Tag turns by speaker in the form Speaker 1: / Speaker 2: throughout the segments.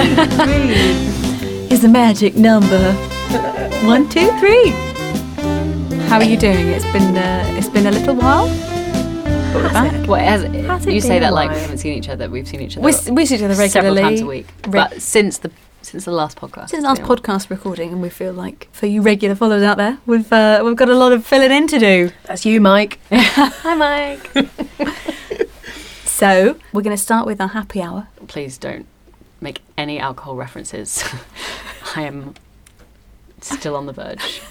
Speaker 1: is a magic number. One, two, three. How are you doing? It's been uh, it's been a little while. Thought back.
Speaker 2: Well, it has,
Speaker 1: Has it
Speaker 2: you say
Speaker 1: been
Speaker 2: that
Speaker 1: a
Speaker 2: like we
Speaker 1: while?
Speaker 2: haven't seen each other. We've seen each other
Speaker 3: We see each other regularly.
Speaker 2: several times a week,
Speaker 3: Re-
Speaker 2: but since the since the last podcast.
Speaker 3: Since last
Speaker 2: yeah.
Speaker 3: podcast recording, and we feel like for you regular followers out there, we've uh, we've got a lot of filling in to do.
Speaker 1: That's you, Mike.
Speaker 2: Hi, Mike.
Speaker 3: So we're going to start with our happy hour.
Speaker 2: Please don't make any alcohol references. I am still on the verge.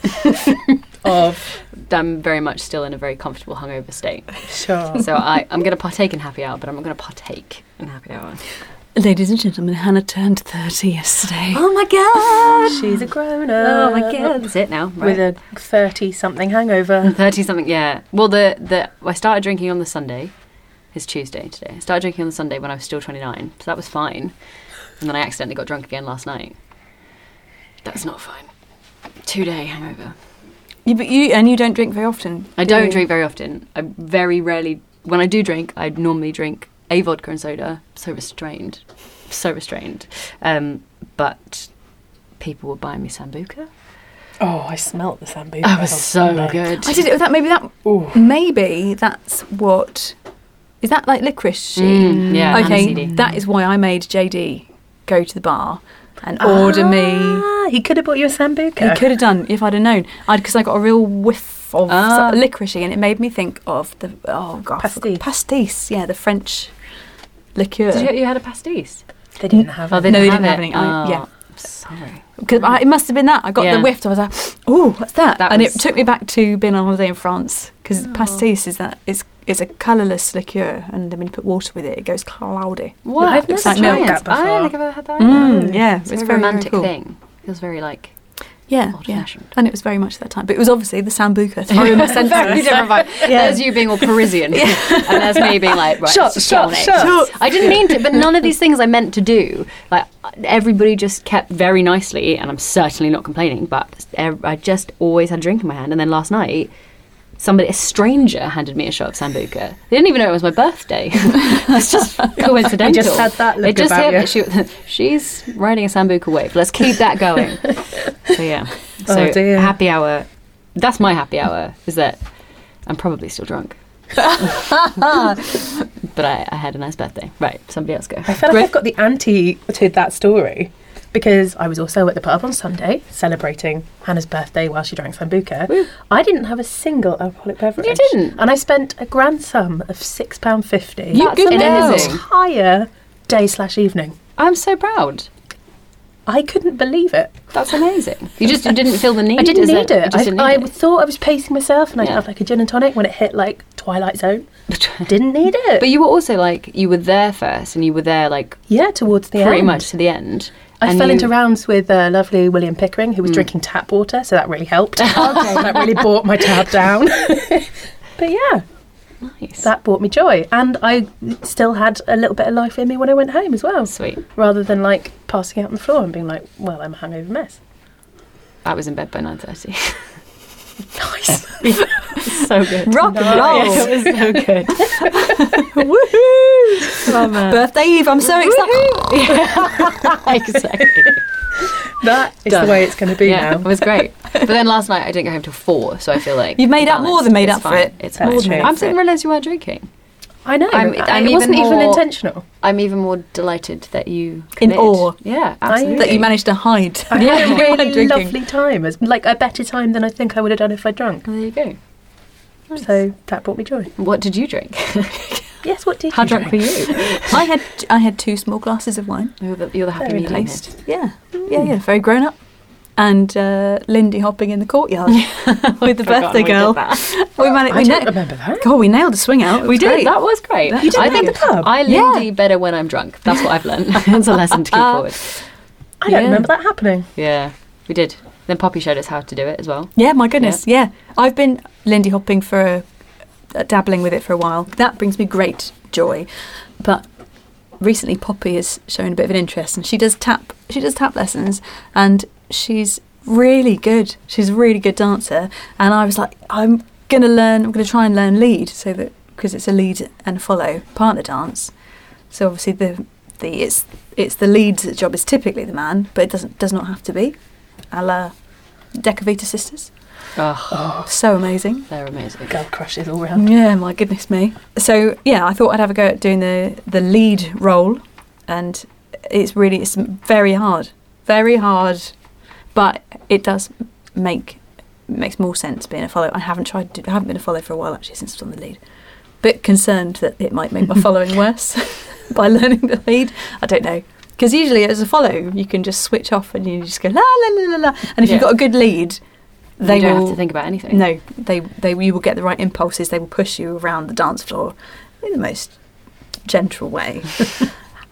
Speaker 4: Of
Speaker 2: I'm very much still in a very comfortable hungover state.
Speaker 4: sure.
Speaker 2: So I, I'm going to partake in happy hour, but I'm not going to partake in happy hour.
Speaker 3: Ladies and gentlemen, Hannah turned thirty yesterday.
Speaker 2: Oh my god!
Speaker 4: She's a grown
Speaker 2: Oh
Speaker 4: up.
Speaker 2: my god! That's it now. Right.
Speaker 4: With a thirty-something hangover.
Speaker 2: Thirty something, yeah. Well, the the I started drinking on the Sunday. It's Tuesday today. I started drinking on the Sunday when I was still twenty nine, so that was fine. And then I accidentally got drunk again last night. That's not fine. Two day hangover.
Speaker 3: You, but you and you don't drink very often.
Speaker 2: I
Speaker 3: do
Speaker 2: don't
Speaker 3: you?
Speaker 2: drink very often. I very rarely. When I do drink, I normally drink a vodka and soda. So restrained, so restrained. Um, but people were buying me sambuca.
Speaker 4: Oh, I smelt the sambuca.
Speaker 2: I was so good.
Speaker 3: I did it with that. Maybe that.
Speaker 4: Ooh.
Speaker 3: Maybe that's what. Is that like licorice? She.
Speaker 2: Mm, yeah,
Speaker 3: okay,
Speaker 2: aniseed.
Speaker 3: that is why I made JD go to the bar and order me.
Speaker 4: Ah, he could have bought you a sambuca.
Speaker 3: He could have done if I'd have known. I'd because I got a real whiff of
Speaker 2: Ah.
Speaker 3: uh, licoricey, and it made me think of the oh god,
Speaker 4: Pastis.
Speaker 3: pastis. Yeah, the French liqueur.
Speaker 2: Did you, you had a pastis?
Speaker 4: They didn't have
Speaker 2: Oh,
Speaker 4: it.
Speaker 2: they
Speaker 3: No, they
Speaker 2: didn't
Speaker 3: didn't have
Speaker 2: have,
Speaker 3: any.
Speaker 2: it.
Speaker 3: I-
Speaker 2: Oh,
Speaker 3: yeah.
Speaker 2: Sorry.
Speaker 3: 'Cause I- it must have been that. I got
Speaker 2: Yeah.
Speaker 3: the whiff. I was like, oh, what's that?
Speaker 2: That
Speaker 3: and
Speaker 2: was-
Speaker 3: it took me back to being on holiday in France because
Speaker 2: Oh.
Speaker 3: pastis is that it's it's a colourless liqueur, and then when you put water with it, it goes cloudy.
Speaker 2: What? It's
Speaker 4: I've never
Speaker 2: like
Speaker 4: tried
Speaker 2: milk.
Speaker 4: that
Speaker 2: I don't
Speaker 4: before.
Speaker 2: think I've ever had that. either.
Speaker 3: Mm, yeah, it's,
Speaker 2: It's, a
Speaker 3: very
Speaker 2: very romantic
Speaker 3: very cool.
Speaker 2: thing. It feels very like
Speaker 3: Yeah,
Speaker 2: old
Speaker 3: yeah.
Speaker 2: fashioned.
Speaker 3: And it was very much that time, but it was obviously the sambuca. throwing my senses.
Speaker 2: Very different vibe. There's you being all Parisian, and there's me being like, right,
Speaker 4: Shots,
Speaker 2: shot,
Speaker 4: shots,
Speaker 3: shots.
Speaker 2: I didn't mean to, but none of these things I meant to do. Like everybody just kept very nicely, and I'm certainly not complaining. But ev- I just always had a drink in my hand, and then last night. Somebody, a stranger, handed me a shot of sambuca. They didn't even know it was my birthday. it's just coincidental.
Speaker 4: just had that look
Speaker 2: It just
Speaker 4: about
Speaker 2: hit me. She, she's riding a sambuca wave. Let's keep that going. so yeah.
Speaker 4: Oh,
Speaker 2: So
Speaker 4: dear.
Speaker 2: happy hour. That's my happy hour. Is that I'm probably still drunk. but I, I had a nice birthday. Right, somebody else go.
Speaker 4: I feel like I've got the anti to that story because I was also at the pub on Sunday celebrating Hannah's birthday while she drank sambuca.
Speaker 2: Woo.
Speaker 4: I didn't have a single alcoholic beverage.
Speaker 2: You didn't?
Speaker 4: and I spent a grand sum of six pound fifty.
Speaker 2: You good
Speaker 4: in
Speaker 2: girl.
Speaker 4: an entire day slash evening.
Speaker 2: I'm so proud.
Speaker 4: I couldn't believe it.
Speaker 2: That's amazing. You just you didn't feel the need.
Speaker 4: I didn't
Speaker 2: is
Speaker 4: need
Speaker 2: You
Speaker 4: it.
Speaker 2: just didn't
Speaker 4: I, I
Speaker 2: need
Speaker 4: thought I was pacing myself, and I'd
Speaker 2: Yeah.
Speaker 4: have like a gin and tonic when it hit like Twilight Zone.
Speaker 2: it.
Speaker 4: Didn't need it.
Speaker 2: but you were also like you were there first, and you were there like
Speaker 4: yeah, towards the end,
Speaker 2: pretty much to the end.
Speaker 4: I
Speaker 2: and
Speaker 4: fell
Speaker 2: you- Hmm.
Speaker 4: into rounds with uh, lovely William Pickering, who was drinking tap water, so that really helped. that really brought my tab down. but yeah,
Speaker 2: Nice.
Speaker 4: that brought me joy, and I still had a little bit of life in me when I went home as well.
Speaker 2: Sweet.
Speaker 4: Rather than like passing out on the floor and being like, "Well, I'm a hangover mess."
Speaker 2: I was in bed by nine thirty.
Speaker 4: Nice.
Speaker 2: so good.
Speaker 3: Rock and roll.
Speaker 2: It was so good.
Speaker 3: Woohoo! Birthday Eve, I'm so excited.
Speaker 2: exactly.
Speaker 4: that is
Speaker 2: Done.
Speaker 4: the way it's going to be
Speaker 2: yeah, it
Speaker 4: now.
Speaker 2: was great. But then last night I didn't go home till four, so I feel like
Speaker 3: You've made up- more than made
Speaker 2: It's
Speaker 3: up for
Speaker 2: fine.
Speaker 3: it.
Speaker 2: It's
Speaker 4: That's
Speaker 2: fine.
Speaker 4: true.
Speaker 2: I didn't realise you weren't drinking.
Speaker 4: I know.
Speaker 2: I'm-
Speaker 4: I-
Speaker 2: I'm
Speaker 4: it wasn't
Speaker 2: even
Speaker 4: even
Speaker 2: more-
Speaker 4: intentional.
Speaker 2: I'm even more delighted that you
Speaker 3: In
Speaker 2: committed.
Speaker 3: awe.
Speaker 2: Yeah, absolutely.
Speaker 4: absolutely.
Speaker 3: That you managed to hide.
Speaker 4: I had a
Speaker 3: You weren't
Speaker 4: really
Speaker 3: drinking.
Speaker 4: lovely time, as like a better time than I think I would have done if I drunk.
Speaker 2: There you go.
Speaker 4: So that brought me joy.
Speaker 2: What did you drink?
Speaker 4: Yes, what did
Speaker 2: How
Speaker 4: you
Speaker 2: drunk
Speaker 4: drink?
Speaker 2: were you?
Speaker 3: I had I had two small glasses of wine.
Speaker 2: You're the, you're the happy
Speaker 4: Very
Speaker 2: medium.
Speaker 4: nice.
Speaker 2: here.
Speaker 3: Yeah, yeah, yeah. Very grown up. And uh, Lindy hopping in the courtyard with the
Speaker 2: Forgotten
Speaker 3: birthday
Speaker 2: we did
Speaker 3: girl.
Speaker 2: that.
Speaker 3: We managed.
Speaker 4: I
Speaker 3: We,
Speaker 4: don't
Speaker 3: na-
Speaker 4: remember that.
Speaker 3: God, we nailed a swing out. It
Speaker 2: We
Speaker 3: was
Speaker 2: did.
Speaker 3: great.
Speaker 2: That was great.
Speaker 3: You did
Speaker 2: I
Speaker 3: that
Speaker 2: think
Speaker 4: at the pub?
Speaker 2: I
Speaker 3: Yeah.
Speaker 2: Lindy better when I'm drunk. That's what I've learned. That's a lesson to keep forward.
Speaker 4: I don't
Speaker 2: Yeah.
Speaker 4: remember that happening.
Speaker 2: Yeah, we did. Then Poppy showed us how to do it as well.
Speaker 3: Yeah, my goodness. Yeah, I've been Lindy hopping for a, uh, dabbling with it for a while. That brings me great joy. But recently, Poppy has shown a bit of an interest, and she does tap. She does tap lessons, and she's really good. She's a really good dancer, and I was like, I'm gonna learn. I'm gonna try and learn lead, so that because it's a lead and follow partner dance. So obviously the the it's it's the lead's job is typically the man, but it doesn't does not have to be. A la Decavita sisters.
Speaker 2: Oh,
Speaker 4: Oh,
Speaker 3: So amazing.
Speaker 2: they're amazing.
Speaker 4: girl crushes all round.
Speaker 3: Yeah, my goodness me. So yeah, I thought I'd have a go at doing the the lead role, and it's really it's very hard, very hard, but it does make makes more sense being a follow. I haven't tried, to, I haven't been a follow for a while actually since I've done the lead. Bit concerned that it might make my following worse by learning the lead. I don't know. Because usually as a follow, you can just switch off and you just go la la la la la. And if you've
Speaker 2: Yeah.
Speaker 3: got a good lead, they
Speaker 2: you don't
Speaker 3: will
Speaker 2: have to think about anything.
Speaker 3: no, they they you will get the right impulses. They will push you around the dance floor in the most gentle way,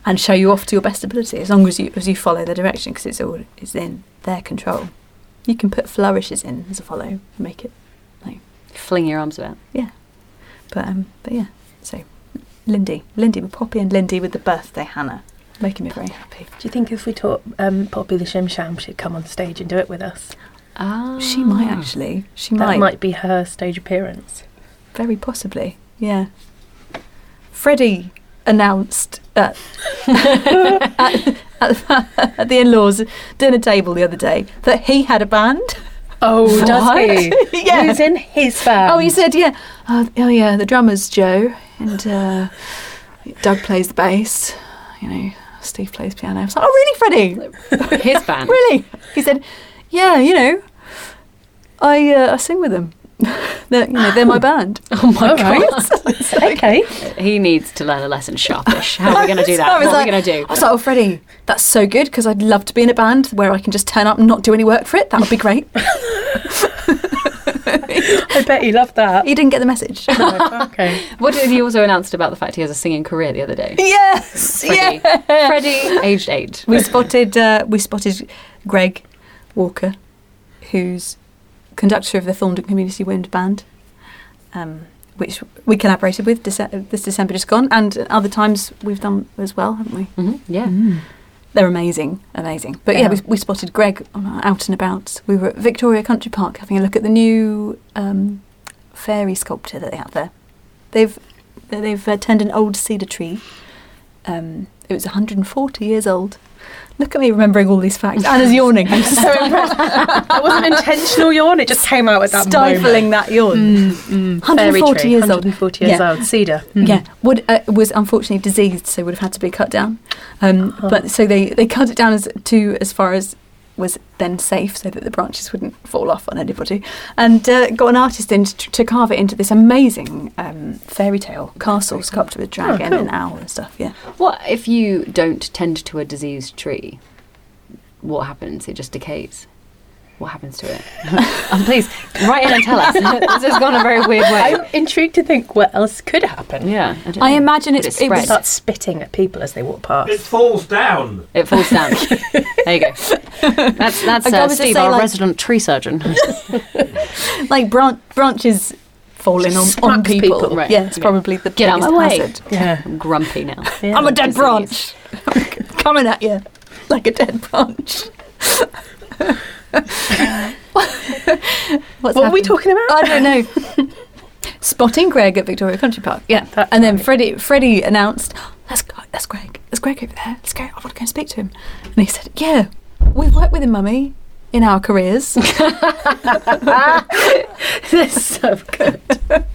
Speaker 3: and show you off to your best ability as long as you as you follow the direction because it's all it's in their control. You can put flourishes in as a follow, make it.
Speaker 2: Fling your arms about.
Speaker 3: But um, but yeah. So Lindy, Lindy with Poppy and Lindy with the birthday Hannah, making me very happy.
Speaker 4: Do you think if we taught um, Poppy the Shim Sham, she'd come on stage and do it with us?
Speaker 2: Ah.
Speaker 3: Oh. She might actually. She
Speaker 4: That
Speaker 3: might.
Speaker 4: might be her stage appearance.
Speaker 3: Very possibly, yeah. Freddie announced at, at, at, at the in laws dinner table the other day that he had a band.
Speaker 4: Oh,
Speaker 2: What?
Speaker 4: does he?
Speaker 3: yeah.
Speaker 4: Who's in his band?
Speaker 3: Oh, he said, yeah. Oh, oh, yeah, the drummer's Joe, and uh, Doug plays the bass, you know, Steve plays piano. I was like, oh, really, Freddie?
Speaker 2: His band.
Speaker 3: Really? He said, yeah, you know, I, uh, I sing with them. they're, you know, they're my band.
Speaker 2: Oh my
Speaker 4: All
Speaker 2: god.
Speaker 4: right. okay.
Speaker 2: He needs to learn a lesson sharpish. How are we going to do that?
Speaker 3: I
Speaker 2: What
Speaker 3: was
Speaker 2: are we
Speaker 3: like-
Speaker 2: going to do?
Speaker 3: I was like, oh, Freddie, that's so good because I'd love to be in a band where I can just turn up and not do any work for it. That would be great.
Speaker 4: I bet he loved that.
Speaker 3: he didn't get the message.
Speaker 4: okay.
Speaker 2: What did he also announced about the fact he has a singing career the other day?
Speaker 3: yes,
Speaker 2: Freddie.
Speaker 3: yeah.
Speaker 2: Freddie, aged eight.
Speaker 3: We spotted uh, we spotted Greg Walker, who's conductor of the Thorndon Community Wind Band, um, which we collaborated with Dece- this December just gone, and other times we've done as well, haven't we?
Speaker 2: Mhm, Yeah.
Speaker 4: Mm.
Speaker 3: They're amazing, amazing. But yeah,
Speaker 4: Yeah.
Speaker 3: we, we spotted Greg on our out and about. We were at Victoria Country Park having a look at the new um, fairy sculpture that they have there. They've they've uh, turned an old cedar tree. Um, it was 140 years old. Look at me remembering all these facts. Anna's yawning. I'm so impressed.
Speaker 4: That wasn't intentional yawn. It just came out at that moment. Mm,
Speaker 3: Stifling that yawn.
Speaker 4: Fairy
Speaker 3: 140
Speaker 4: tree,
Speaker 3: years old.
Speaker 4: 140 years
Speaker 3: Yeah.
Speaker 4: old. Cedar.
Speaker 2: Hmm.
Speaker 4: Mm.
Speaker 3: Yeah, would uh, was unfortunately diseased, so would have had to be cut down. Um,
Speaker 2: Uh-huh.
Speaker 4: Oh.
Speaker 3: But so they, they cut it down as to as far as was then safe, so that the branches wouldn't fall off on anybody. And uh, got an artist in to, to carve it into this amazing um, fairy tale castle sculpted
Speaker 2: Oh,
Speaker 3: with dragon
Speaker 4: cool.
Speaker 3: and owl and stuff. Yeah,
Speaker 2: What if you don't tend to a diseased tree? What happens? It just decays. What happens to it? um, please write in and tell us. this has gone a very weird way.
Speaker 4: I'm intrigued to think what else could happen.
Speaker 2: yeah, don't
Speaker 3: I
Speaker 2: know.
Speaker 3: imagine
Speaker 2: Could
Speaker 3: it's-
Speaker 2: it
Speaker 3: it was-
Speaker 2: spread.
Speaker 4: Start spitting at people as they walk past.
Speaker 5: It falls down.
Speaker 2: It falls down. there you go. That's that's
Speaker 3: I
Speaker 2: uh,
Speaker 3: was just
Speaker 2: Steve,
Speaker 3: saying,
Speaker 2: our
Speaker 3: like-
Speaker 2: resident tree surgeon.
Speaker 3: like branch branches falling on, on
Speaker 4: Smacks
Speaker 3: people.
Speaker 4: people,
Speaker 2: right.
Speaker 3: Yeah, it's probably the
Speaker 2: Get out
Speaker 3: biggest
Speaker 2: of my way.
Speaker 3: hazard.
Speaker 4: Yeah.
Speaker 2: I'm grumpy now.
Speaker 4: yeah.
Speaker 3: I'm a dead
Speaker 2: Disease.
Speaker 3: branch coming at you like a dead branch. What's
Speaker 4: what were we
Speaker 3: happened?
Speaker 4: talking about?
Speaker 3: I don't know. Spotting Greg at Victoria Country Park. Yeah,
Speaker 4: That's
Speaker 3: and then
Speaker 4: right.
Speaker 3: Freddie Freddie announced, "That's that's Greg. That's Greg over there. Let's go. I want to go and speak to him." And he said, "Yeah, we've worked with him, mummy, in our careers."
Speaker 4: That's so good.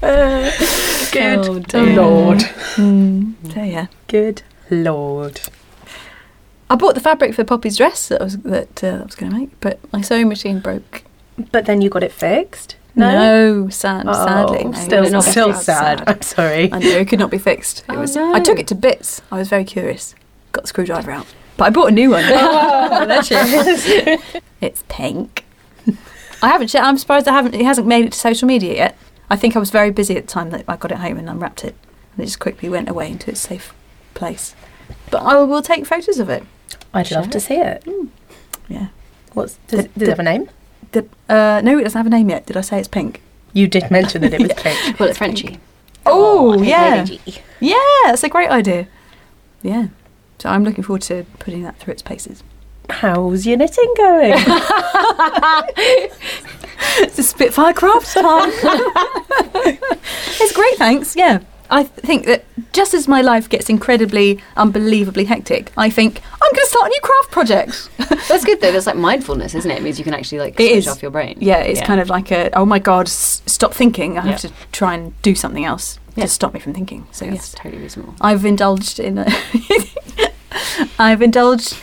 Speaker 4: good
Speaker 2: Oh, dear.
Speaker 4: lord.
Speaker 3: Mm, So yeah,
Speaker 4: Good lord.
Speaker 3: I bought the fabric for Poppy's dress that I was that uh, I was going to make, but my sewing machine broke.
Speaker 4: But then you got it fixed?
Speaker 3: no sad,
Speaker 4: Oh,
Speaker 3: sadly, no.
Speaker 4: still,
Speaker 2: Not
Speaker 4: still
Speaker 3: Sad,
Speaker 4: sad. I'm sorry.
Speaker 3: I know it could not be fixed. It
Speaker 2: Oh,
Speaker 3: was.
Speaker 2: no.
Speaker 3: I took it to bits. I was very curious. Got the screwdriver out, but I bought a new one. it's pink. I haven't. che- I'm surprised I haven't. It hasn't made it to social media yet. I think I was very busy at the time that I got it home and unwrapped it, and it just quickly went away into its safe place. But I will take photos of it.
Speaker 4: I'd love to see it.
Speaker 3: Hmm. Yeah.
Speaker 4: What's does,
Speaker 3: The-
Speaker 4: does it have a name?
Speaker 3: The, uh, no, it doesn't have a name yet. Did I say it's pink?
Speaker 4: You did mention that it was pink.
Speaker 2: Well, it's Frenchy.
Speaker 3: Oh,
Speaker 2: it's
Speaker 3: yeah,
Speaker 2: Frenchy.
Speaker 3: yeah. That's a great idea. Yeah. So I'm looking forward to putting that through its paces.
Speaker 4: How's your knitting going?
Speaker 3: It's a Spitfire craft time. it's great, thanks. Yeah, I th- think that just as my life gets incredibly, unbelievably hectic, I think I'm going to start a new craft project.
Speaker 2: That's good though. That's like mindfulness, isn't it? It means you can actually like
Speaker 3: It
Speaker 2: switch
Speaker 3: is.
Speaker 2: off your brain.
Speaker 3: Yeah, it's
Speaker 2: Yeah.
Speaker 3: kind of like a oh my god, s- stop thinking. I
Speaker 2: Yeah.
Speaker 3: have to try and do something else
Speaker 2: Yeah.
Speaker 3: to stop me from thinking. So
Speaker 2: That's
Speaker 3: yes,
Speaker 2: totally reasonable.
Speaker 3: I've indulged in a I've indulged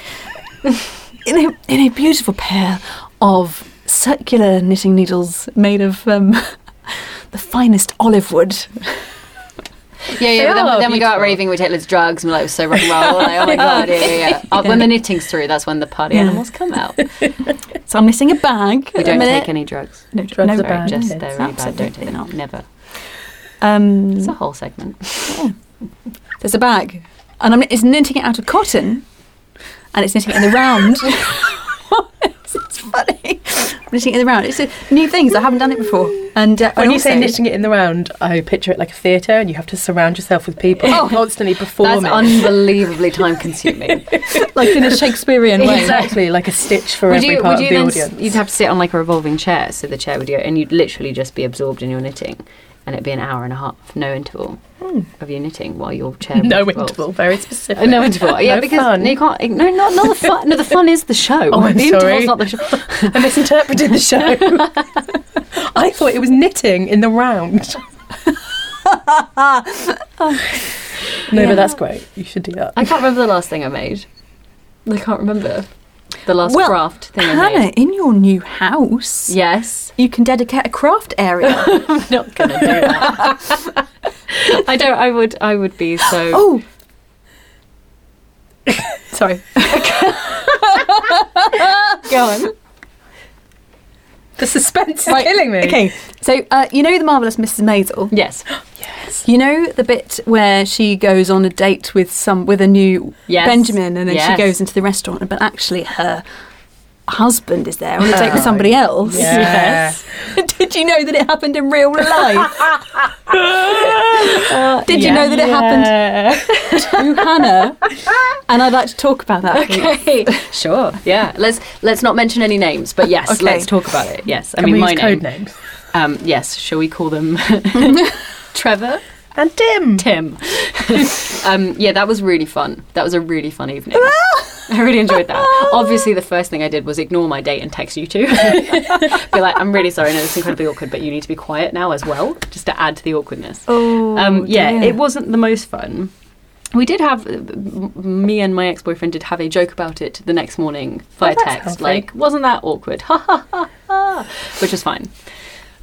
Speaker 3: in a, in a beautiful pair of circular knitting needles made of um, the finest olive wood.
Speaker 2: Yeah, yeah. But then,
Speaker 4: are
Speaker 2: then we go out
Speaker 4: beautiful.
Speaker 2: raving, we take loads of drugs, and we're like, we're so rock and roll. Like, oh my god, yeah, yeah. yeah. Oh, when the knitting's through, that's when the party
Speaker 3: Yeah.
Speaker 2: animals come out. We
Speaker 3: So I'm knitting a bag. at the
Speaker 2: don't
Speaker 3: minute.
Speaker 2: take any drugs.
Speaker 3: no
Speaker 4: drugs
Speaker 3: no,
Speaker 4: are
Speaker 2: Sorry,
Speaker 4: bad.
Speaker 2: just
Speaker 4: Okay.
Speaker 2: they're really bad. Don't
Speaker 3: Absolutely
Speaker 2: take them.
Speaker 3: not.
Speaker 2: Never.
Speaker 3: Um,
Speaker 4: Mm.
Speaker 2: It's a whole segment.
Speaker 3: There's a bag, and I'm it's knitting it out of cotton, and it's knitting it in the round. it's, it's funny. I'm knitting it in the round. It's a, new things. I haven't done it before. And uh,
Speaker 4: When
Speaker 3: and
Speaker 4: you say
Speaker 3: also-
Speaker 4: knitting it in the round, I picture it like a theatre, and you have to surround yourself with people
Speaker 2: Oh,
Speaker 4: constantly performing.
Speaker 2: That's unbelievably time consuming.
Speaker 3: like in a Shakespearean way,
Speaker 4: exactly like a stitch for every part of the
Speaker 2: then s-
Speaker 4: audience.
Speaker 2: You'd have to sit on like a revolving chair, so the chair would go, and you'd literally just be absorbed in your knitting, and it'd be an hour and a half, no interval of your knitting while your chair.
Speaker 4: Hmm. no
Speaker 2: revolves.
Speaker 4: interval, very
Speaker 2: Uh,
Speaker 4: specific.
Speaker 2: no interval. Yeah,
Speaker 4: No
Speaker 2: because
Speaker 4: fun.
Speaker 2: you can't. No, not, not the fun. No, the fun is the show.
Speaker 4: Oh, I'm
Speaker 2: the interval's
Speaker 4: sorry.
Speaker 2: not the show.
Speaker 4: I misinterpreted the show. I thought it was knitting in the round. no, but that's great. You should do that.
Speaker 2: I can't remember the last thing I made. I can't remember the last
Speaker 3: Well,
Speaker 2: craft thing I
Speaker 3: Hannah,
Speaker 2: made.
Speaker 3: in your new house,
Speaker 2: Yes,
Speaker 3: you can dedicate a craft area.
Speaker 2: I'm not gonna do that. I don't. I would. I would be so.
Speaker 3: oh, sorry.
Speaker 2: go on.
Speaker 4: The suspense is
Speaker 3: Right,
Speaker 4: killing me.
Speaker 3: Okay, so uh, you know the marvelous Mrs. Maisel.
Speaker 2: Yes.
Speaker 3: You know the bit where she goes on a date with some with a new
Speaker 2: Yes.
Speaker 3: Benjamin, and then she
Speaker 2: Yes.
Speaker 3: goes into the restaurant, but actually her husband is there on a date
Speaker 4: Oh,
Speaker 3: with somebody else.
Speaker 4: yeah.
Speaker 3: Did you know that it happened in real life? Uh, Did you
Speaker 2: yeah.
Speaker 3: know that it happened
Speaker 4: Yeah.
Speaker 3: to Hannah? And I'd like to talk about that.
Speaker 2: Okay. sure. Yeah. Let's let's not mention any names, but yes,
Speaker 3: Okay.
Speaker 2: let's talk about it. Yes. I
Speaker 4: Can
Speaker 2: mean
Speaker 4: we
Speaker 2: my
Speaker 4: use
Speaker 2: name.
Speaker 4: code names?
Speaker 2: Um, yes. Shall we call them Trevor,
Speaker 4: And Dim.
Speaker 2: Tim? um, yeah, that was really fun. That was a really fun evening. I really enjoyed that. Obviously, the first thing I did was ignore my date and text you two. be like, I'm really sorry. No, it's incredibly awkward, but you need to be quiet now as well, just to add to the awkwardness.
Speaker 3: Oh,
Speaker 2: um, yeah,
Speaker 3: dear.
Speaker 2: it wasn't the most fun. We did have m- me and my ex-boyfriend did have a joke about it the next morning
Speaker 3: Oh,
Speaker 2: via
Speaker 4: that's
Speaker 2: text.
Speaker 4: healthy.
Speaker 2: Like, wasn't that awkward? Ha ha ha ha, which was fine.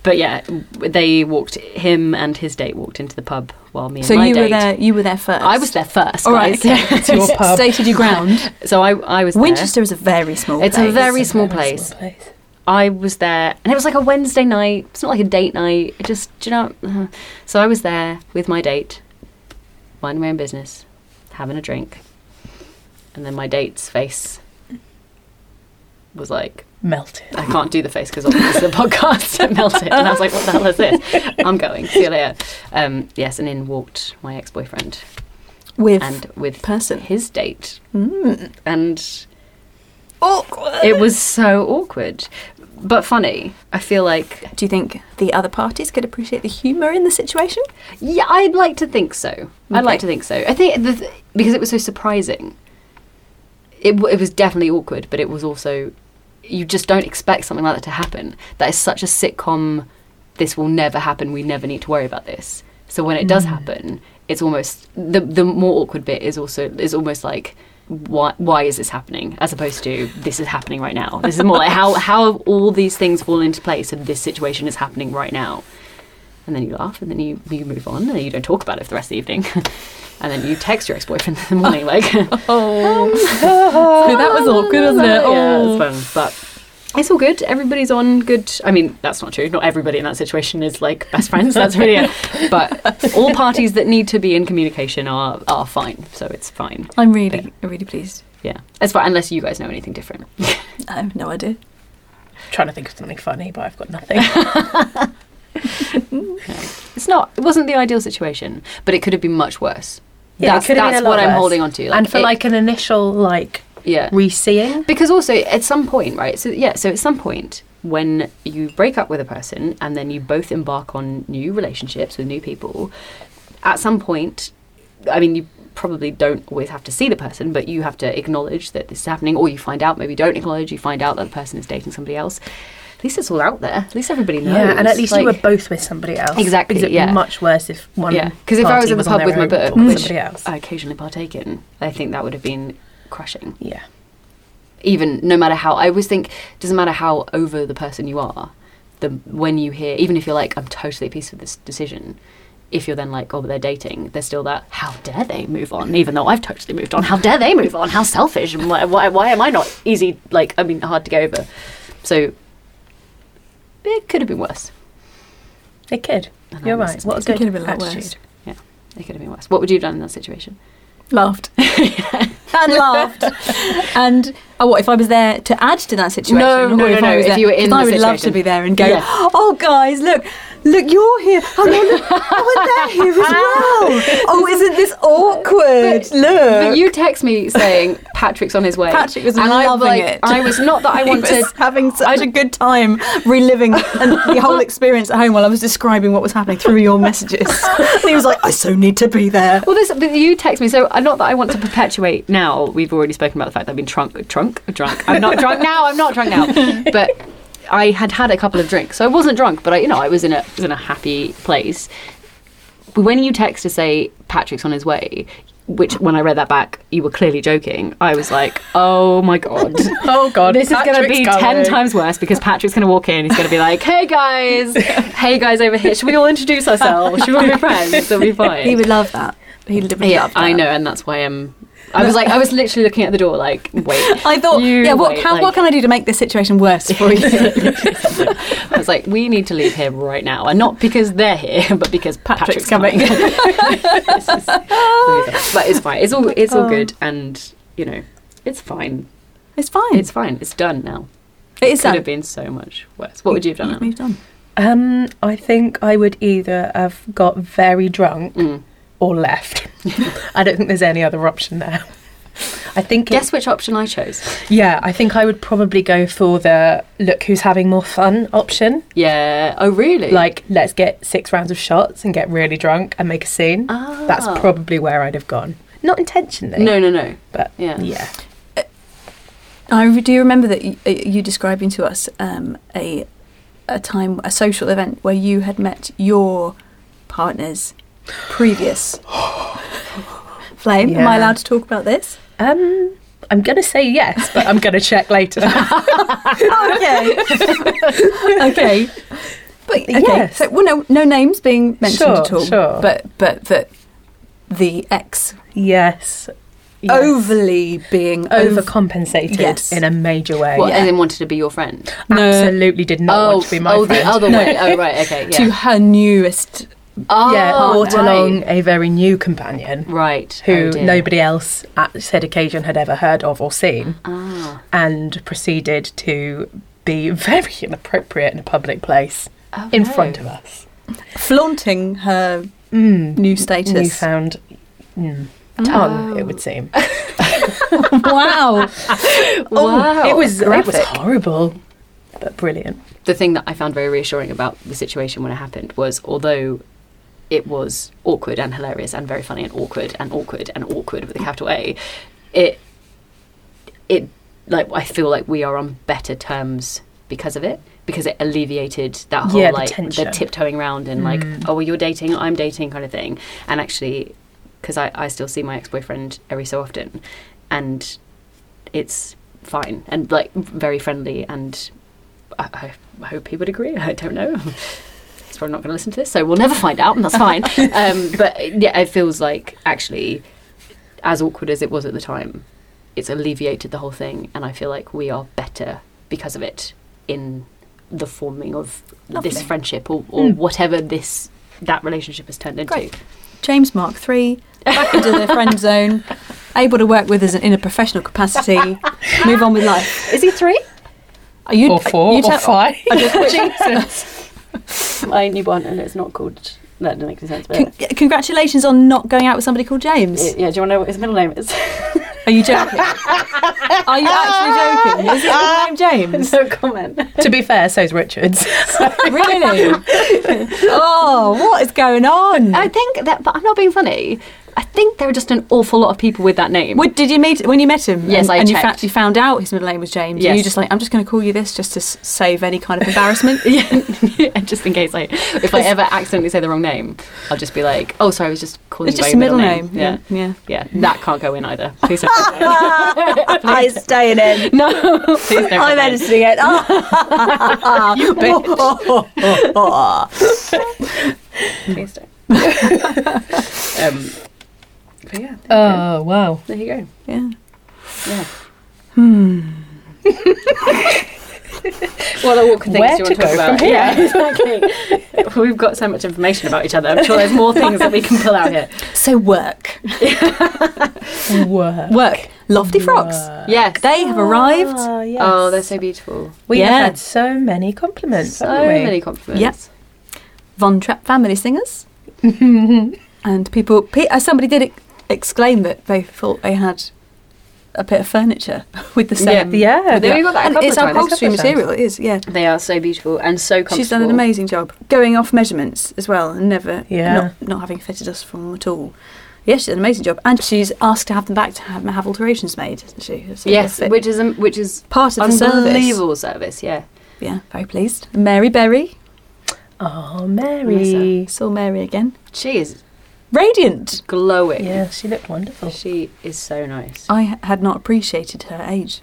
Speaker 2: But yeah, w- they walked. Him and his date walked into the pub while me and
Speaker 3: So
Speaker 2: my
Speaker 3: you
Speaker 2: date.
Speaker 3: were there. You were there first.
Speaker 2: I was there first.
Speaker 3: All right,
Speaker 2: guys.
Speaker 4: It's your pub.
Speaker 3: Stated your ground.
Speaker 2: so I, I was there.
Speaker 3: Winchester is a very small.
Speaker 2: It's a
Speaker 3: place.
Speaker 2: very
Speaker 4: It's a
Speaker 2: small
Speaker 4: very
Speaker 2: place. I was there, and it was like a Wednesday night. It's not like a date night. It just, do you know? uh, So I was there with my date, minding my own business, having a drink, and then my date's face was like,
Speaker 4: Melted.
Speaker 2: I can't do the face because obviously the podcast it melted, and I was like, what the hell is this? I'm going. See you later. Um, yes, and in walked my ex-boyfriend,
Speaker 3: with
Speaker 2: and with
Speaker 3: person.
Speaker 2: his date,
Speaker 3: Mm.
Speaker 2: and
Speaker 3: Awkward.
Speaker 2: it was so awkward, but funny. I feel like
Speaker 3: Do you think the other parties could appreciate the humour in the situation?
Speaker 2: Yeah, I'd like to think so. I'd
Speaker 3: Okay.
Speaker 2: like to think so. I think the th- because it was so surprising, it, w- it was definitely awkward, but it was also you just don't expect something like that to happen. That is such a sitcom. This will never happen. We never need to worry about this. So when it does happen, it's almost the the more awkward bit is also is almost like why why is this happening as opposed to this is happening right now. This is more like how how have all these things fall into place and this situation is happening right now and then you laugh, and then you, you move on, and you don't talk about it for the rest of the evening. and then you text your ex boyfriend in the morning, like,
Speaker 3: Oh,
Speaker 4: Oh,
Speaker 3: that was awkward, wasn't it?
Speaker 2: Yeah,
Speaker 3: Oh.
Speaker 2: it's fun. But it's all good. Everybody's on good. I mean, that's not true. Not everybody in that situation is like best friends. That's really it. But all parties that need to be in communication are, are fine. So it's fine.
Speaker 3: I'm really, really pleased.
Speaker 2: Yeah. As far unless you guys know anything different.
Speaker 3: I have no idea.
Speaker 4: trying to think of something funny, but I've got nothing.
Speaker 2: It's not, it wasn't the ideal situation, but it could have been much worse.
Speaker 4: Yeah, it
Speaker 2: that's,
Speaker 4: could have been
Speaker 2: that's
Speaker 4: a lot
Speaker 2: what I'm
Speaker 4: worse.
Speaker 2: holding on to.
Speaker 4: and for
Speaker 2: it-
Speaker 4: like an initial like
Speaker 2: yeah.
Speaker 4: re-seeing.
Speaker 2: because also at some point right so yeah so at some point when you break up with a person and then you both embark on new relationships with new people at some point I mean, you probably don't always have to see the person, but you have to acknowledge that this is happening, or you find out, maybe you don't acknowledge, you find out that the person is dating somebody else. At least it's all out there. At least everybody knows.
Speaker 4: Yeah, and at least you were
Speaker 2: Like,
Speaker 4: both with somebody else.
Speaker 2: Exactly,
Speaker 4: Because it'd
Speaker 2: yeah.
Speaker 4: be much worse if one.
Speaker 2: Yeah, because if I
Speaker 4: party
Speaker 2: was in the
Speaker 4: on
Speaker 2: pub
Speaker 4: their
Speaker 2: with my
Speaker 4: own
Speaker 2: book,
Speaker 4: or with
Speaker 2: which-
Speaker 4: somebody else.
Speaker 2: I occasionally partake in, I think that would have been crushing.
Speaker 4: Yeah.
Speaker 2: even no matter how I always think it doesn't matter how over the person you are, the when you hear even if you're like I'm totally at peace with this decision, if you're then like oh but they're dating, there's still that how dare they move on even though I've totally moved on, how dare they move on, how selfish and why why, why am I not easy like I mean hard to get over, so it could have been worse.
Speaker 4: It could.
Speaker 2: And I
Speaker 4: You're
Speaker 2: was
Speaker 4: right. What a
Speaker 3: It could
Speaker 4: good
Speaker 3: have been a lot worse.
Speaker 4: attitude.
Speaker 2: It could have been worse. What would you have done in that situation?
Speaker 3: laughed and laughed. And oh, what if I was there to add to that situation?
Speaker 2: No, no,
Speaker 3: Or
Speaker 2: no,
Speaker 3: I
Speaker 2: no,
Speaker 3: was
Speaker 2: if
Speaker 3: there-
Speaker 2: you were in
Speaker 3: 'cause I
Speaker 2: the
Speaker 3: would love to
Speaker 2: situation.
Speaker 3: be there and go,
Speaker 2: Yeah.
Speaker 3: oh guys, look, look, you're here. Oh, no, look, oh, and they're here as well. Oh, isn't this awkward? look.
Speaker 2: But you text me saying Patrick's on his way.
Speaker 3: Uh, Patrick was
Speaker 2: and I,
Speaker 3: loving
Speaker 2: like,
Speaker 3: it.
Speaker 2: I was not that I
Speaker 3: I was
Speaker 2: wanted
Speaker 3: having such a good time reliving and the whole experience at home while I was describing what was happening through your messages. and he was like, I so need to be there.
Speaker 2: Well, this but you text me, so uh, not that I want to perpetuate. Now we've already spoken about the fact that I've been drunk, drunk, drunk. I'm not drunk now. I'm not drunk now. But I had had a couple of drinks, so I wasn't drunk. But I, you know, I was in a was in a happy place. But when you text to say Patrick's on his way, which when I read that back, you were clearly joking. I was like, oh my god.
Speaker 4: Oh God,
Speaker 2: This is going to be
Speaker 4: Patrick's
Speaker 2: ten
Speaker 4: coming.
Speaker 2: times worse because Patrick's going to walk in. He's going to be like, "Hey guys, hey guys over here. Should we all introduce ourselves? Should we all be friends? It'll be fine."
Speaker 3: He would love that. He would
Speaker 2: Yeah,
Speaker 3: love that.
Speaker 2: I know, and that's why I'm. I was like, I was literally looking at the door, like, wait.
Speaker 3: I thought,
Speaker 2: You
Speaker 3: yeah, what
Speaker 2: wait,
Speaker 3: can,
Speaker 2: like-
Speaker 3: what can I do to make this situation worse for you?
Speaker 2: I was like, we need to leave here right now, and not because they're here, but because Patrick's,
Speaker 3: Patrick's coming.
Speaker 2: This is- but it's fine. It's all it's all good, and you know, it's fine.
Speaker 3: It's fine.
Speaker 2: It's fine. It's done now.
Speaker 3: it is
Speaker 2: Could
Speaker 3: done.
Speaker 2: have been so much worse. What would you have done?
Speaker 3: You've
Speaker 2: Anna?
Speaker 3: moved on.
Speaker 4: Um, I think I would either have got very drunk
Speaker 2: Mm.
Speaker 4: or left. I don't think there's any other option there. I think. it-
Speaker 2: Guess which option I chose?
Speaker 4: yeah, I think I would probably go for the look who's having more fun option.
Speaker 2: Yeah. Oh, really?
Speaker 4: Like, let's get six rounds of shots and get really drunk and make a scene.
Speaker 2: ah.
Speaker 4: That's probably where I'd have gone. Not intentionally.
Speaker 2: no, no, no.
Speaker 4: But
Speaker 2: yeah,
Speaker 4: Yeah.
Speaker 3: I re- do you remember that you, you describing to us um, a a time a social event where you had met your partner's previous flame. Am I
Speaker 4: Yeah.
Speaker 3: allowed to talk about this?
Speaker 4: Um, I'm gonna say yes, but I'm gonna check later.
Speaker 3: okay. okay. But okay.
Speaker 4: Yes.
Speaker 3: So well, no, no names being mentioned
Speaker 4: Sure,
Speaker 3: at all.
Speaker 4: sure.
Speaker 3: But but that the ex
Speaker 4: yes. Yes.
Speaker 3: overly being over.
Speaker 4: overcompensated
Speaker 3: Yes.
Speaker 4: in a major way.
Speaker 2: What,
Speaker 3: Yeah.
Speaker 2: and then wanted to be your friend.
Speaker 4: Absolutely did not
Speaker 2: oh,
Speaker 4: want to be my
Speaker 2: oh,
Speaker 4: friend.
Speaker 2: the other way. Oh, right. Okay. Yeah.
Speaker 3: to her newest.
Speaker 2: Oh,
Speaker 4: yeah, brought
Speaker 2: right.
Speaker 4: along a very new companion
Speaker 2: Right.
Speaker 4: who
Speaker 2: Oh, dear.
Speaker 4: nobody else at said occasion had ever heard of or seen,
Speaker 2: Ah.
Speaker 4: and proceeded to be very inappropriate in a public place
Speaker 2: Oh,
Speaker 4: in front of us.
Speaker 3: Flaunting her
Speaker 4: Mm,
Speaker 3: new status.
Speaker 4: newfound mm, tongue,
Speaker 2: Oh.
Speaker 4: it would seem.
Speaker 3: wow.
Speaker 2: Wow.
Speaker 4: oh, it was it was
Speaker 3: graphic.
Speaker 4: horrible, but brilliant.
Speaker 2: the thing that I found very reassuring about the situation when it happened was although it was awkward and hilarious and very funny and awkward and awkward and awkward with a capital A, it it like I feel like we are on better terms because of it because it alleviated that whole
Speaker 4: Yeah, the
Speaker 2: like the
Speaker 4: tension.
Speaker 2: tiptoeing round and like
Speaker 4: Mm.
Speaker 2: oh well you're dating I'm dating kind of thing and actually because I, I still see my ex-boyfriend every so often and it's fine and like very friendly and I, I hope he would agree I don't know he's probably not going to listen to this so we'll never find out and that's fine um, but yeah it feels like actually as awkward as it was at the time it's alleviated the whole thing and I feel like we are better because of it in the forming of this
Speaker 3: Lovely.
Speaker 2: friendship or, or
Speaker 4: Mm.
Speaker 2: whatever this that relationship has turned into
Speaker 3: Great. James Mark III, back into the friend zone, able to work with us in a professional capacity, move on with life.
Speaker 2: is he three
Speaker 3: Are you,
Speaker 4: or four
Speaker 3: you
Speaker 4: or
Speaker 3: tell-
Speaker 4: five.
Speaker 2: my newborn and it's not called that doesn't make any sense but
Speaker 3: Con- congratulations on not going out with somebody called James.
Speaker 2: yeah do you want to know what his middle name is
Speaker 3: Are you joking? Are you actually joking? Is it name James?
Speaker 2: no comment
Speaker 4: to be fair, so's Richards.
Speaker 3: Really? Oh, what is going on?
Speaker 2: I think that but I'm not being funny I think there are just an awful lot of people with that name.
Speaker 3: What, did you meet when you met him?
Speaker 2: Yes,
Speaker 3: and,
Speaker 2: I
Speaker 3: and you,
Speaker 2: checked.
Speaker 3: found, you found out his middle name was James.
Speaker 2: Yes.
Speaker 3: And you just like, I'm just going to call you this just to s- save any kind of embarrassment.
Speaker 2: yeah, just in case I, if I ever accidentally say the wrong name, I'll just be like, oh, sorry, I was just calling
Speaker 3: it's
Speaker 2: you by
Speaker 3: just a middle
Speaker 2: your
Speaker 3: name.
Speaker 2: Yeah.
Speaker 3: yeah.
Speaker 2: yeah, that can't go in either. Please don't.
Speaker 5: It's staying in.
Speaker 2: no, please don't.
Speaker 5: I'm editing it. Oh,
Speaker 2: You bitch. Please don't.
Speaker 4: Um, but yeah. Oh wow.
Speaker 2: There you go.
Speaker 3: yeah. yeah.
Speaker 2: Yeah.
Speaker 1: Well, the awkward
Speaker 4: Where to go from here?
Speaker 2: Yeah, exactly. We've got so much information about each other. I'm sure there's more things that we can pull out here.
Speaker 3: So work.
Speaker 4: Work.
Speaker 3: Work. Lofty frogs.
Speaker 2: Yes.
Speaker 3: They have arrived.
Speaker 4: Ah, yes.
Speaker 2: Oh, they're so beautiful.
Speaker 4: We
Speaker 3: Yeah.
Speaker 4: have had so many compliments.
Speaker 2: So
Speaker 4: haven't we?
Speaker 2: many compliments.
Speaker 3: Yep. Von Trapp family singers. and people, pe- uh, somebody did ex- exclaim that they thought they had a bit of furniture with the same.
Speaker 4: Yeah.
Speaker 2: They-
Speaker 4: yeah.
Speaker 2: we got that a
Speaker 3: And
Speaker 2: couple
Speaker 3: it's
Speaker 2: of times.
Speaker 3: upholstery
Speaker 4: Couple of times.
Speaker 3: material, it is, yeah.
Speaker 2: They are so beautiful and so comfortable.
Speaker 3: She's done an amazing job going off measurements as well and never,
Speaker 4: Yeah.
Speaker 3: not, not having fitted us from at all. Yes, she's done an amazing job. And she's asked to have them back to have, have alterations made, hasn't she? So
Speaker 2: Yes,
Speaker 3: that's it.
Speaker 2: which is um, which is
Speaker 3: part of the service.
Speaker 2: unbelievable service. Yeah.
Speaker 3: Yeah, very pleased. Mary Berry.
Speaker 4: Oh, Mary.
Speaker 3: Saw Mary again.
Speaker 2: She is
Speaker 3: Radiant.
Speaker 2: glowing.
Speaker 4: Yeah, Oh. she looked wonderful.
Speaker 2: She is so nice.
Speaker 3: I h- had not appreciated her age.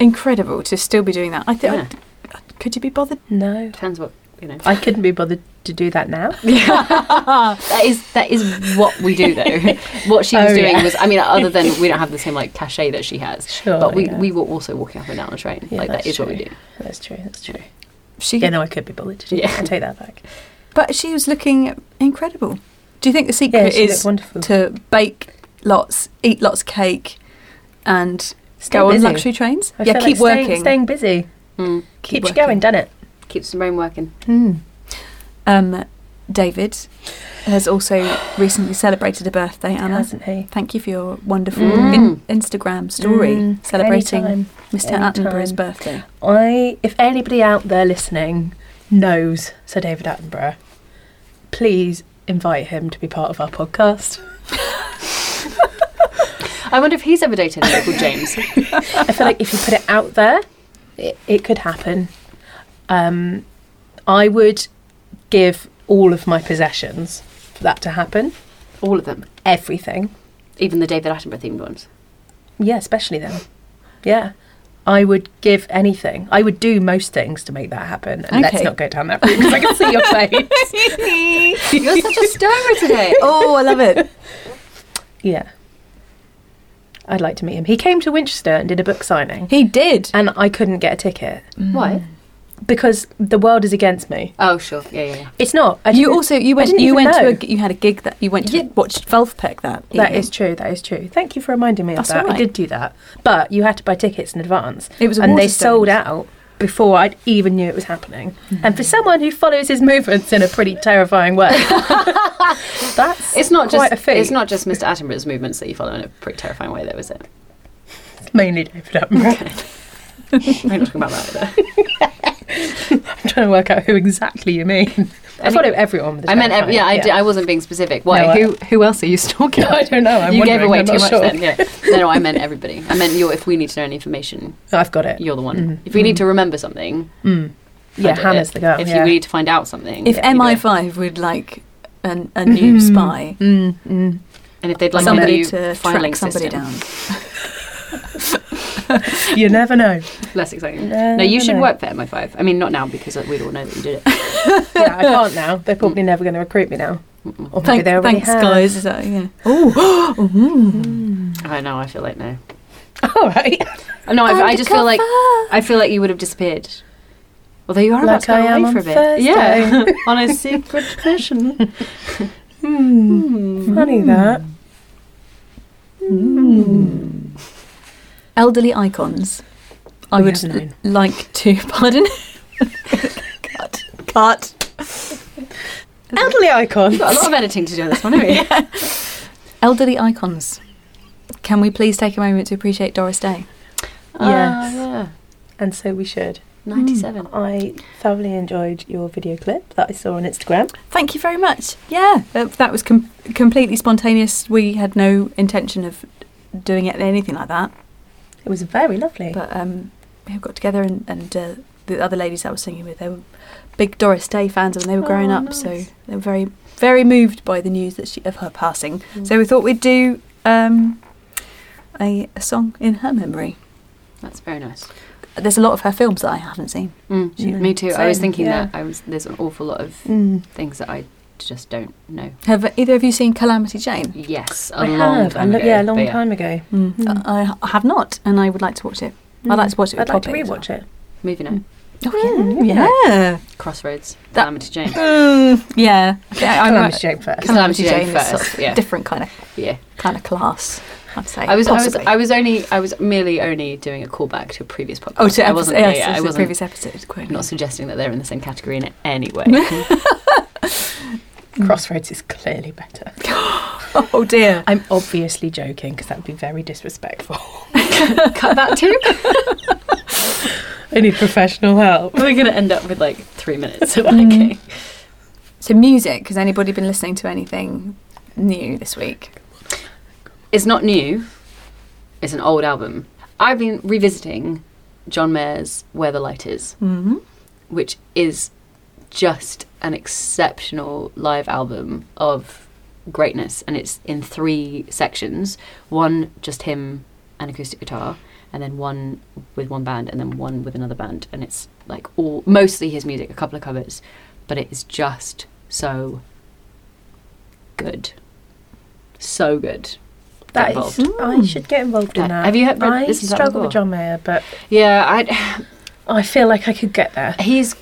Speaker 3: Incredible to still be doing that. I think.
Speaker 2: Yeah.
Speaker 3: Could you be bothered?
Speaker 4: No,
Speaker 2: Depends what you know.
Speaker 4: I couldn't be bothered to do that now.
Speaker 2: that is that is what we do though. what she was
Speaker 4: Oh,
Speaker 2: doing
Speaker 4: yeah.
Speaker 2: was I mean, other than we don't have the same like cachet that she has.
Speaker 4: Sure,
Speaker 2: But we,
Speaker 4: yeah.
Speaker 2: we were also walking up and down the train.
Speaker 4: Yeah,
Speaker 2: like that
Speaker 4: that's
Speaker 2: is what we
Speaker 4: true.
Speaker 2: do.
Speaker 4: That's true. That's true.
Speaker 3: She,
Speaker 4: Yeah, no, I could be bothered to do
Speaker 2: Yeah.
Speaker 4: that. I take that back.
Speaker 3: but she was looking incredible. Do you think the
Speaker 4: Yeah,
Speaker 3: secret
Speaker 4: she looked
Speaker 3: is
Speaker 4: wonderful.
Speaker 3: to bake lots, eat lots of cake, and
Speaker 4: Stay
Speaker 3: go
Speaker 4: busy.
Speaker 3: on luxury trains?
Speaker 4: I
Speaker 3: yeah,
Speaker 4: feel
Speaker 3: keep
Speaker 4: like
Speaker 3: working.
Speaker 4: Staying, staying busy
Speaker 2: Mm.
Speaker 4: keeps
Speaker 3: working.
Speaker 4: you
Speaker 3: Hmm.
Speaker 4: going, doesn't it?
Speaker 2: Keeps the brain working.
Speaker 3: Um, David has also recently celebrated a birthday. Anna,
Speaker 4: Hasn't he?
Speaker 3: thank you for your wonderful
Speaker 2: Mm.
Speaker 3: in- Instagram story
Speaker 4: Mm,
Speaker 3: celebrating
Speaker 4: anytime.
Speaker 3: Mr.
Speaker 4: anytime.
Speaker 3: Attenborough's birthday.
Speaker 4: I, if anybody out there listening knows Sir David Attenborough, please invite him to be part of our podcast.
Speaker 2: I wonder if he's ever dated anyone called James.
Speaker 4: I feel like if you put it out there, it, it could happen. Um, I would give all of my possessions for that to happen.
Speaker 2: All of them.
Speaker 4: Everything.
Speaker 2: Even the David Attenborough themed ones.
Speaker 4: Yeah, especially them. Yeah. I would give anything. I would do most things to make that happen. And let's
Speaker 3: Okay.
Speaker 4: not go down that route because I can see your face.
Speaker 2: You're such a stirrer today.
Speaker 3: Oh, I love it.
Speaker 4: Yeah. I'd like to meet him. He came to Winchester and did a book signing,
Speaker 3: He did.
Speaker 4: and I couldn't get a ticket
Speaker 2: Why?
Speaker 4: because the world is against me.
Speaker 2: Oh sure. Yeah, yeah, yeah.
Speaker 4: It's not. I
Speaker 3: You
Speaker 4: didn't-
Speaker 3: also you
Speaker 4: I
Speaker 3: went
Speaker 4: didn't
Speaker 3: you
Speaker 4: even
Speaker 3: went
Speaker 4: know.
Speaker 3: to a, g- you had a gig that you went to
Speaker 4: Yeah.
Speaker 3: watch Velfpeck that
Speaker 4: That
Speaker 3: evening.
Speaker 4: is true. That is true. Thank you for reminding me
Speaker 3: That's
Speaker 4: of that.
Speaker 3: all right.
Speaker 4: I did do that, but you had to buy tickets in advance.
Speaker 3: It was a
Speaker 4: and they
Speaker 3: Waterstones.
Speaker 4: sold out before I would even knew it was happening.
Speaker 2: Mm-hmm.
Speaker 4: And for someone who follows his movements in a pretty terrifying way, that's
Speaker 2: It's not
Speaker 4: quite
Speaker 2: just
Speaker 4: a feat.
Speaker 2: it's not just Mr. Attenborough's movements that you follow in a pretty terrifying way though, is it?
Speaker 4: mainly David Attenborough.
Speaker 2: We're not talking about that either.
Speaker 4: I'm trying to work out who exactly you mean. I
Speaker 2: Any-
Speaker 4: follow everyone. With the
Speaker 2: I meant, ev-
Speaker 4: terrifying,
Speaker 2: yeah, I, Did, I wasn't being specific. Why?
Speaker 4: No, I-
Speaker 2: who who else are you stalking?
Speaker 4: I don't know. I'm
Speaker 2: you gave
Speaker 4: wondering,
Speaker 2: away
Speaker 4: I'm
Speaker 2: too
Speaker 4: not
Speaker 2: much
Speaker 4: sure.
Speaker 2: then. Yeah. No, no, I meant everybody. I meant you're. If we need to know any information,
Speaker 4: I've got it.
Speaker 2: you're the one. If we need to remember something,
Speaker 4: Mm-hmm. Yeah,
Speaker 2: I did
Speaker 4: Hannah's
Speaker 2: it.
Speaker 4: the girl.
Speaker 2: If
Speaker 4: yeah.
Speaker 2: you need to find out something,
Speaker 3: If
Speaker 2: you do it.
Speaker 3: MI5 would like an, a new spy,
Speaker 4: Mm, mm.
Speaker 2: and if they'd like a
Speaker 3: somebody
Speaker 2: new
Speaker 3: to
Speaker 2: filing
Speaker 3: track somebody
Speaker 2: system,
Speaker 3: down.
Speaker 4: you never know.
Speaker 2: less exciting.
Speaker 4: No,
Speaker 2: no, you should
Speaker 4: no.
Speaker 2: work for MI5. I mean, not now because uh, we'd all know that you did it.
Speaker 4: Yeah, I can't now. They're probably never going to recruit me now. Or maybe
Speaker 3: Thank-
Speaker 4: they already
Speaker 3: thanks,
Speaker 4: have.
Speaker 3: guys. Is that, yeah.
Speaker 2: I know. I feel like no.
Speaker 4: All right.
Speaker 2: Uh, No, I, I just feel like I feel like you would have disappeared. Although you are about to
Speaker 4: Like
Speaker 2: go
Speaker 4: I am
Speaker 2: away
Speaker 4: on
Speaker 2: for a bit,
Speaker 4: Thursday.
Speaker 2: yeah, on a secret mission.
Speaker 4: Hmm. Funny that.
Speaker 3: Elderly icons. I
Speaker 4: We
Speaker 3: would
Speaker 4: have known.
Speaker 3: l- like to. Pardon? Cut. Cut.
Speaker 4: Elderly icon.
Speaker 2: Got a lot of editing to do on this one, haven't we?
Speaker 3: Elderly icons. Can we please take a moment to appreciate Doris Day?
Speaker 2: Ah, yeah.
Speaker 4: And so we should.
Speaker 2: 97.
Speaker 4: I thoroughly enjoyed your video clip that I saw on Instagram.
Speaker 3: Thank you very much. Yeah, Uh, that, that was com- completely spontaneous. We had no intention of doing it anything like that.
Speaker 4: It was very lovely.
Speaker 3: But um, we got together and, and uh, the other ladies I was singing with, they were big Doris Day fans when they were growing
Speaker 4: Oh,
Speaker 3: up, so
Speaker 4: nice.
Speaker 3: they were very, very moved by the news that she, of her passing.
Speaker 4: Oh.
Speaker 3: So we thought we'd do um, a, a song in her memory.
Speaker 2: That's very nice.
Speaker 3: There's a lot of her films that I haven't seen.
Speaker 2: Mm,
Speaker 4: Yeah.
Speaker 2: Me too. I was
Speaker 4: Same,
Speaker 2: thinking
Speaker 4: yeah.
Speaker 2: that I was there's an awful lot of
Speaker 4: Mm.
Speaker 2: things that I just don't know.
Speaker 3: Have either of you seen Calamity Jane?
Speaker 2: Yes, a
Speaker 4: I
Speaker 2: long
Speaker 4: have.
Speaker 2: time
Speaker 4: I lo-
Speaker 2: ago,
Speaker 4: yeah, a
Speaker 2: but
Speaker 4: long time ago.
Speaker 2: Hmm.
Speaker 4: Mm.
Speaker 3: Uh, I, I have not, and I would like to watch it. I'd like to watch it.
Speaker 4: Hmm. I'd
Speaker 3: With
Speaker 4: like to
Speaker 3: Poppy as
Speaker 4: rewatch it.
Speaker 2: Moving on.
Speaker 3: well.
Speaker 4: Mm,
Speaker 3: Oh,
Speaker 4: maybe
Speaker 3: yeah, yeah.
Speaker 2: Crossroads.
Speaker 3: That-
Speaker 2: Calamity Jane.
Speaker 3: Mm, yeah. yeah I'm
Speaker 4: Calamity
Speaker 3: right.
Speaker 4: Jane first.
Speaker 2: Calamity Jane
Speaker 3: is sort
Speaker 2: first,
Speaker 3: of
Speaker 2: yeah.
Speaker 3: Different kind of
Speaker 2: Yeah,
Speaker 3: kind of class. I'd say.
Speaker 2: I was, I was,
Speaker 3: Possibly.
Speaker 2: I was only, I was merely only doing a callback to a previous podcast.
Speaker 3: oh, to
Speaker 2: I
Speaker 3: episode,
Speaker 2: wasn't,
Speaker 3: yes,
Speaker 2: yeah,
Speaker 3: yes,
Speaker 2: I
Speaker 3: the
Speaker 2: wasn't.
Speaker 3: previous episode. Quite
Speaker 2: I'm not suggesting that they're in the same category in any way.
Speaker 4: Crossroads is clearly better.
Speaker 3: Oh dear.
Speaker 4: I'm obviously joking because that would be very disrespectful.
Speaker 2: Cut that too.
Speaker 4: I need professional help.
Speaker 2: We're gonna end up with like three minutes of okay.
Speaker 3: So music. Has anybody been listening to anything new this week?
Speaker 2: It's not new. It's an old album. I've been revisiting John Mayer's Where the Light Is,
Speaker 3: Mm-hmm.
Speaker 2: which is just an exceptional live album of greatness, and it's in three sections: one just him and acoustic guitar, and then one with one band, and then one with another band, and it's like all mostly his music, a couple of covers, but it is just so good, so good.
Speaker 4: That
Speaker 2: Get
Speaker 4: is,
Speaker 2: involved.
Speaker 4: I should get involved in
Speaker 2: Yeah.
Speaker 4: that.
Speaker 2: Have you heard- read-
Speaker 4: I
Speaker 2: listened to that
Speaker 4: struggle
Speaker 2: before?
Speaker 4: with John Mayer, but
Speaker 2: Yeah, I,
Speaker 4: I feel like I could get there.
Speaker 2: he's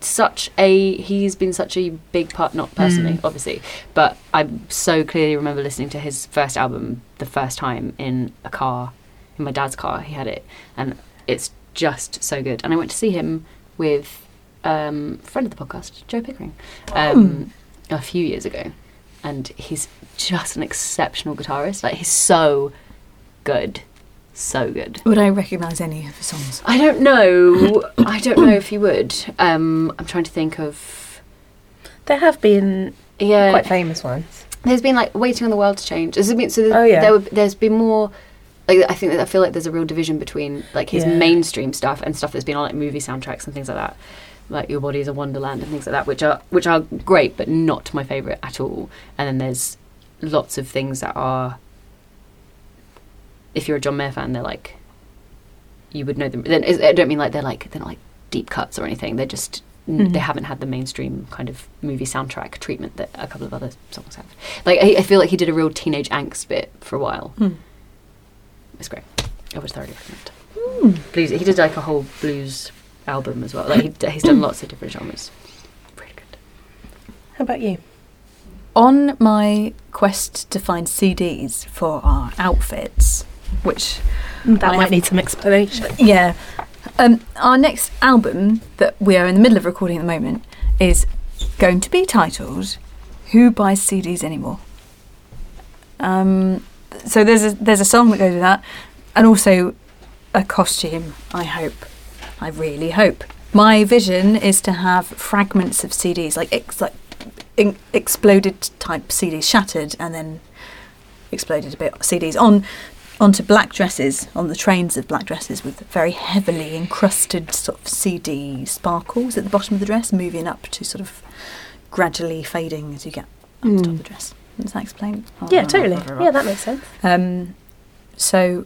Speaker 2: such a he's been such a big part not personally
Speaker 4: Mm.
Speaker 2: obviously but i so clearly remember listening to his first album the first time in a car in my dad's car he had it and it's just so good and i went to see him with um friend of the podcast joe pickering um a few years ago and he's just an exceptional guitarist like he's so good so good
Speaker 3: Would I recognise any of the songs?
Speaker 2: I don't know. I don't know if you would. Um, I'm trying to think of.
Speaker 4: There have been
Speaker 2: Yeah,
Speaker 4: quite famous ones.
Speaker 2: there's been like waiting on the world to change. There's been so there's,
Speaker 4: Oh, yeah.
Speaker 2: there would, there's been more. Like I think that I feel like there's a real division between like his
Speaker 4: Yeah.
Speaker 2: mainstream stuff and stuff that's been on like movie soundtracks and things like that, like Your Body Is a Wonderland and things like that, which are which are great but not my favorite at all. And then there's lots of things that are. If you're a John Mayer fan, they're like. You would know them. Then I don't mean like they're like they're not like deep cuts or anything. They're just
Speaker 4: Mhm.
Speaker 2: they haven't had the mainstream kind of movie soundtrack treatment that a couple of other songs have. Like I, I feel like he did a real teenage angst bit for a while.
Speaker 3: Hmm.
Speaker 2: It's great. I would thoroughly recommend.
Speaker 4: Hmm.
Speaker 2: Blues. He did like a whole blues album as well. Like he, he's
Speaker 4: Hmm.
Speaker 2: done lots of different genres. Really good.
Speaker 4: How about you?
Speaker 3: On my quest to find CDs for our outfits, which
Speaker 4: That
Speaker 3: I
Speaker 4: might
Speaker 3: have-
Speaker 4: need some explanation.
Speaker 3: Yeah. Um, our next album that we are in the middle of recording at the moment is going to be titled "Who Buys CDs Anymore." Um, so there's a, there's a song that goes with that, and also a costume. I hope, I really hope. My vision is to have fragments of CDs, like ex- like in- exploded type CDs, shattered and then exploded a bit CDs on onto black dresses on the trains of black dresses with very heavily encrusted sort of CD sparkles at the bottom of the dress, moving up to sort of gradually fading as you get up to the top of the dress. Does that explain?
Speaker 4: Hmm. Yeah, totally. Yeah, that makes sense.
Speaker 3: Um, so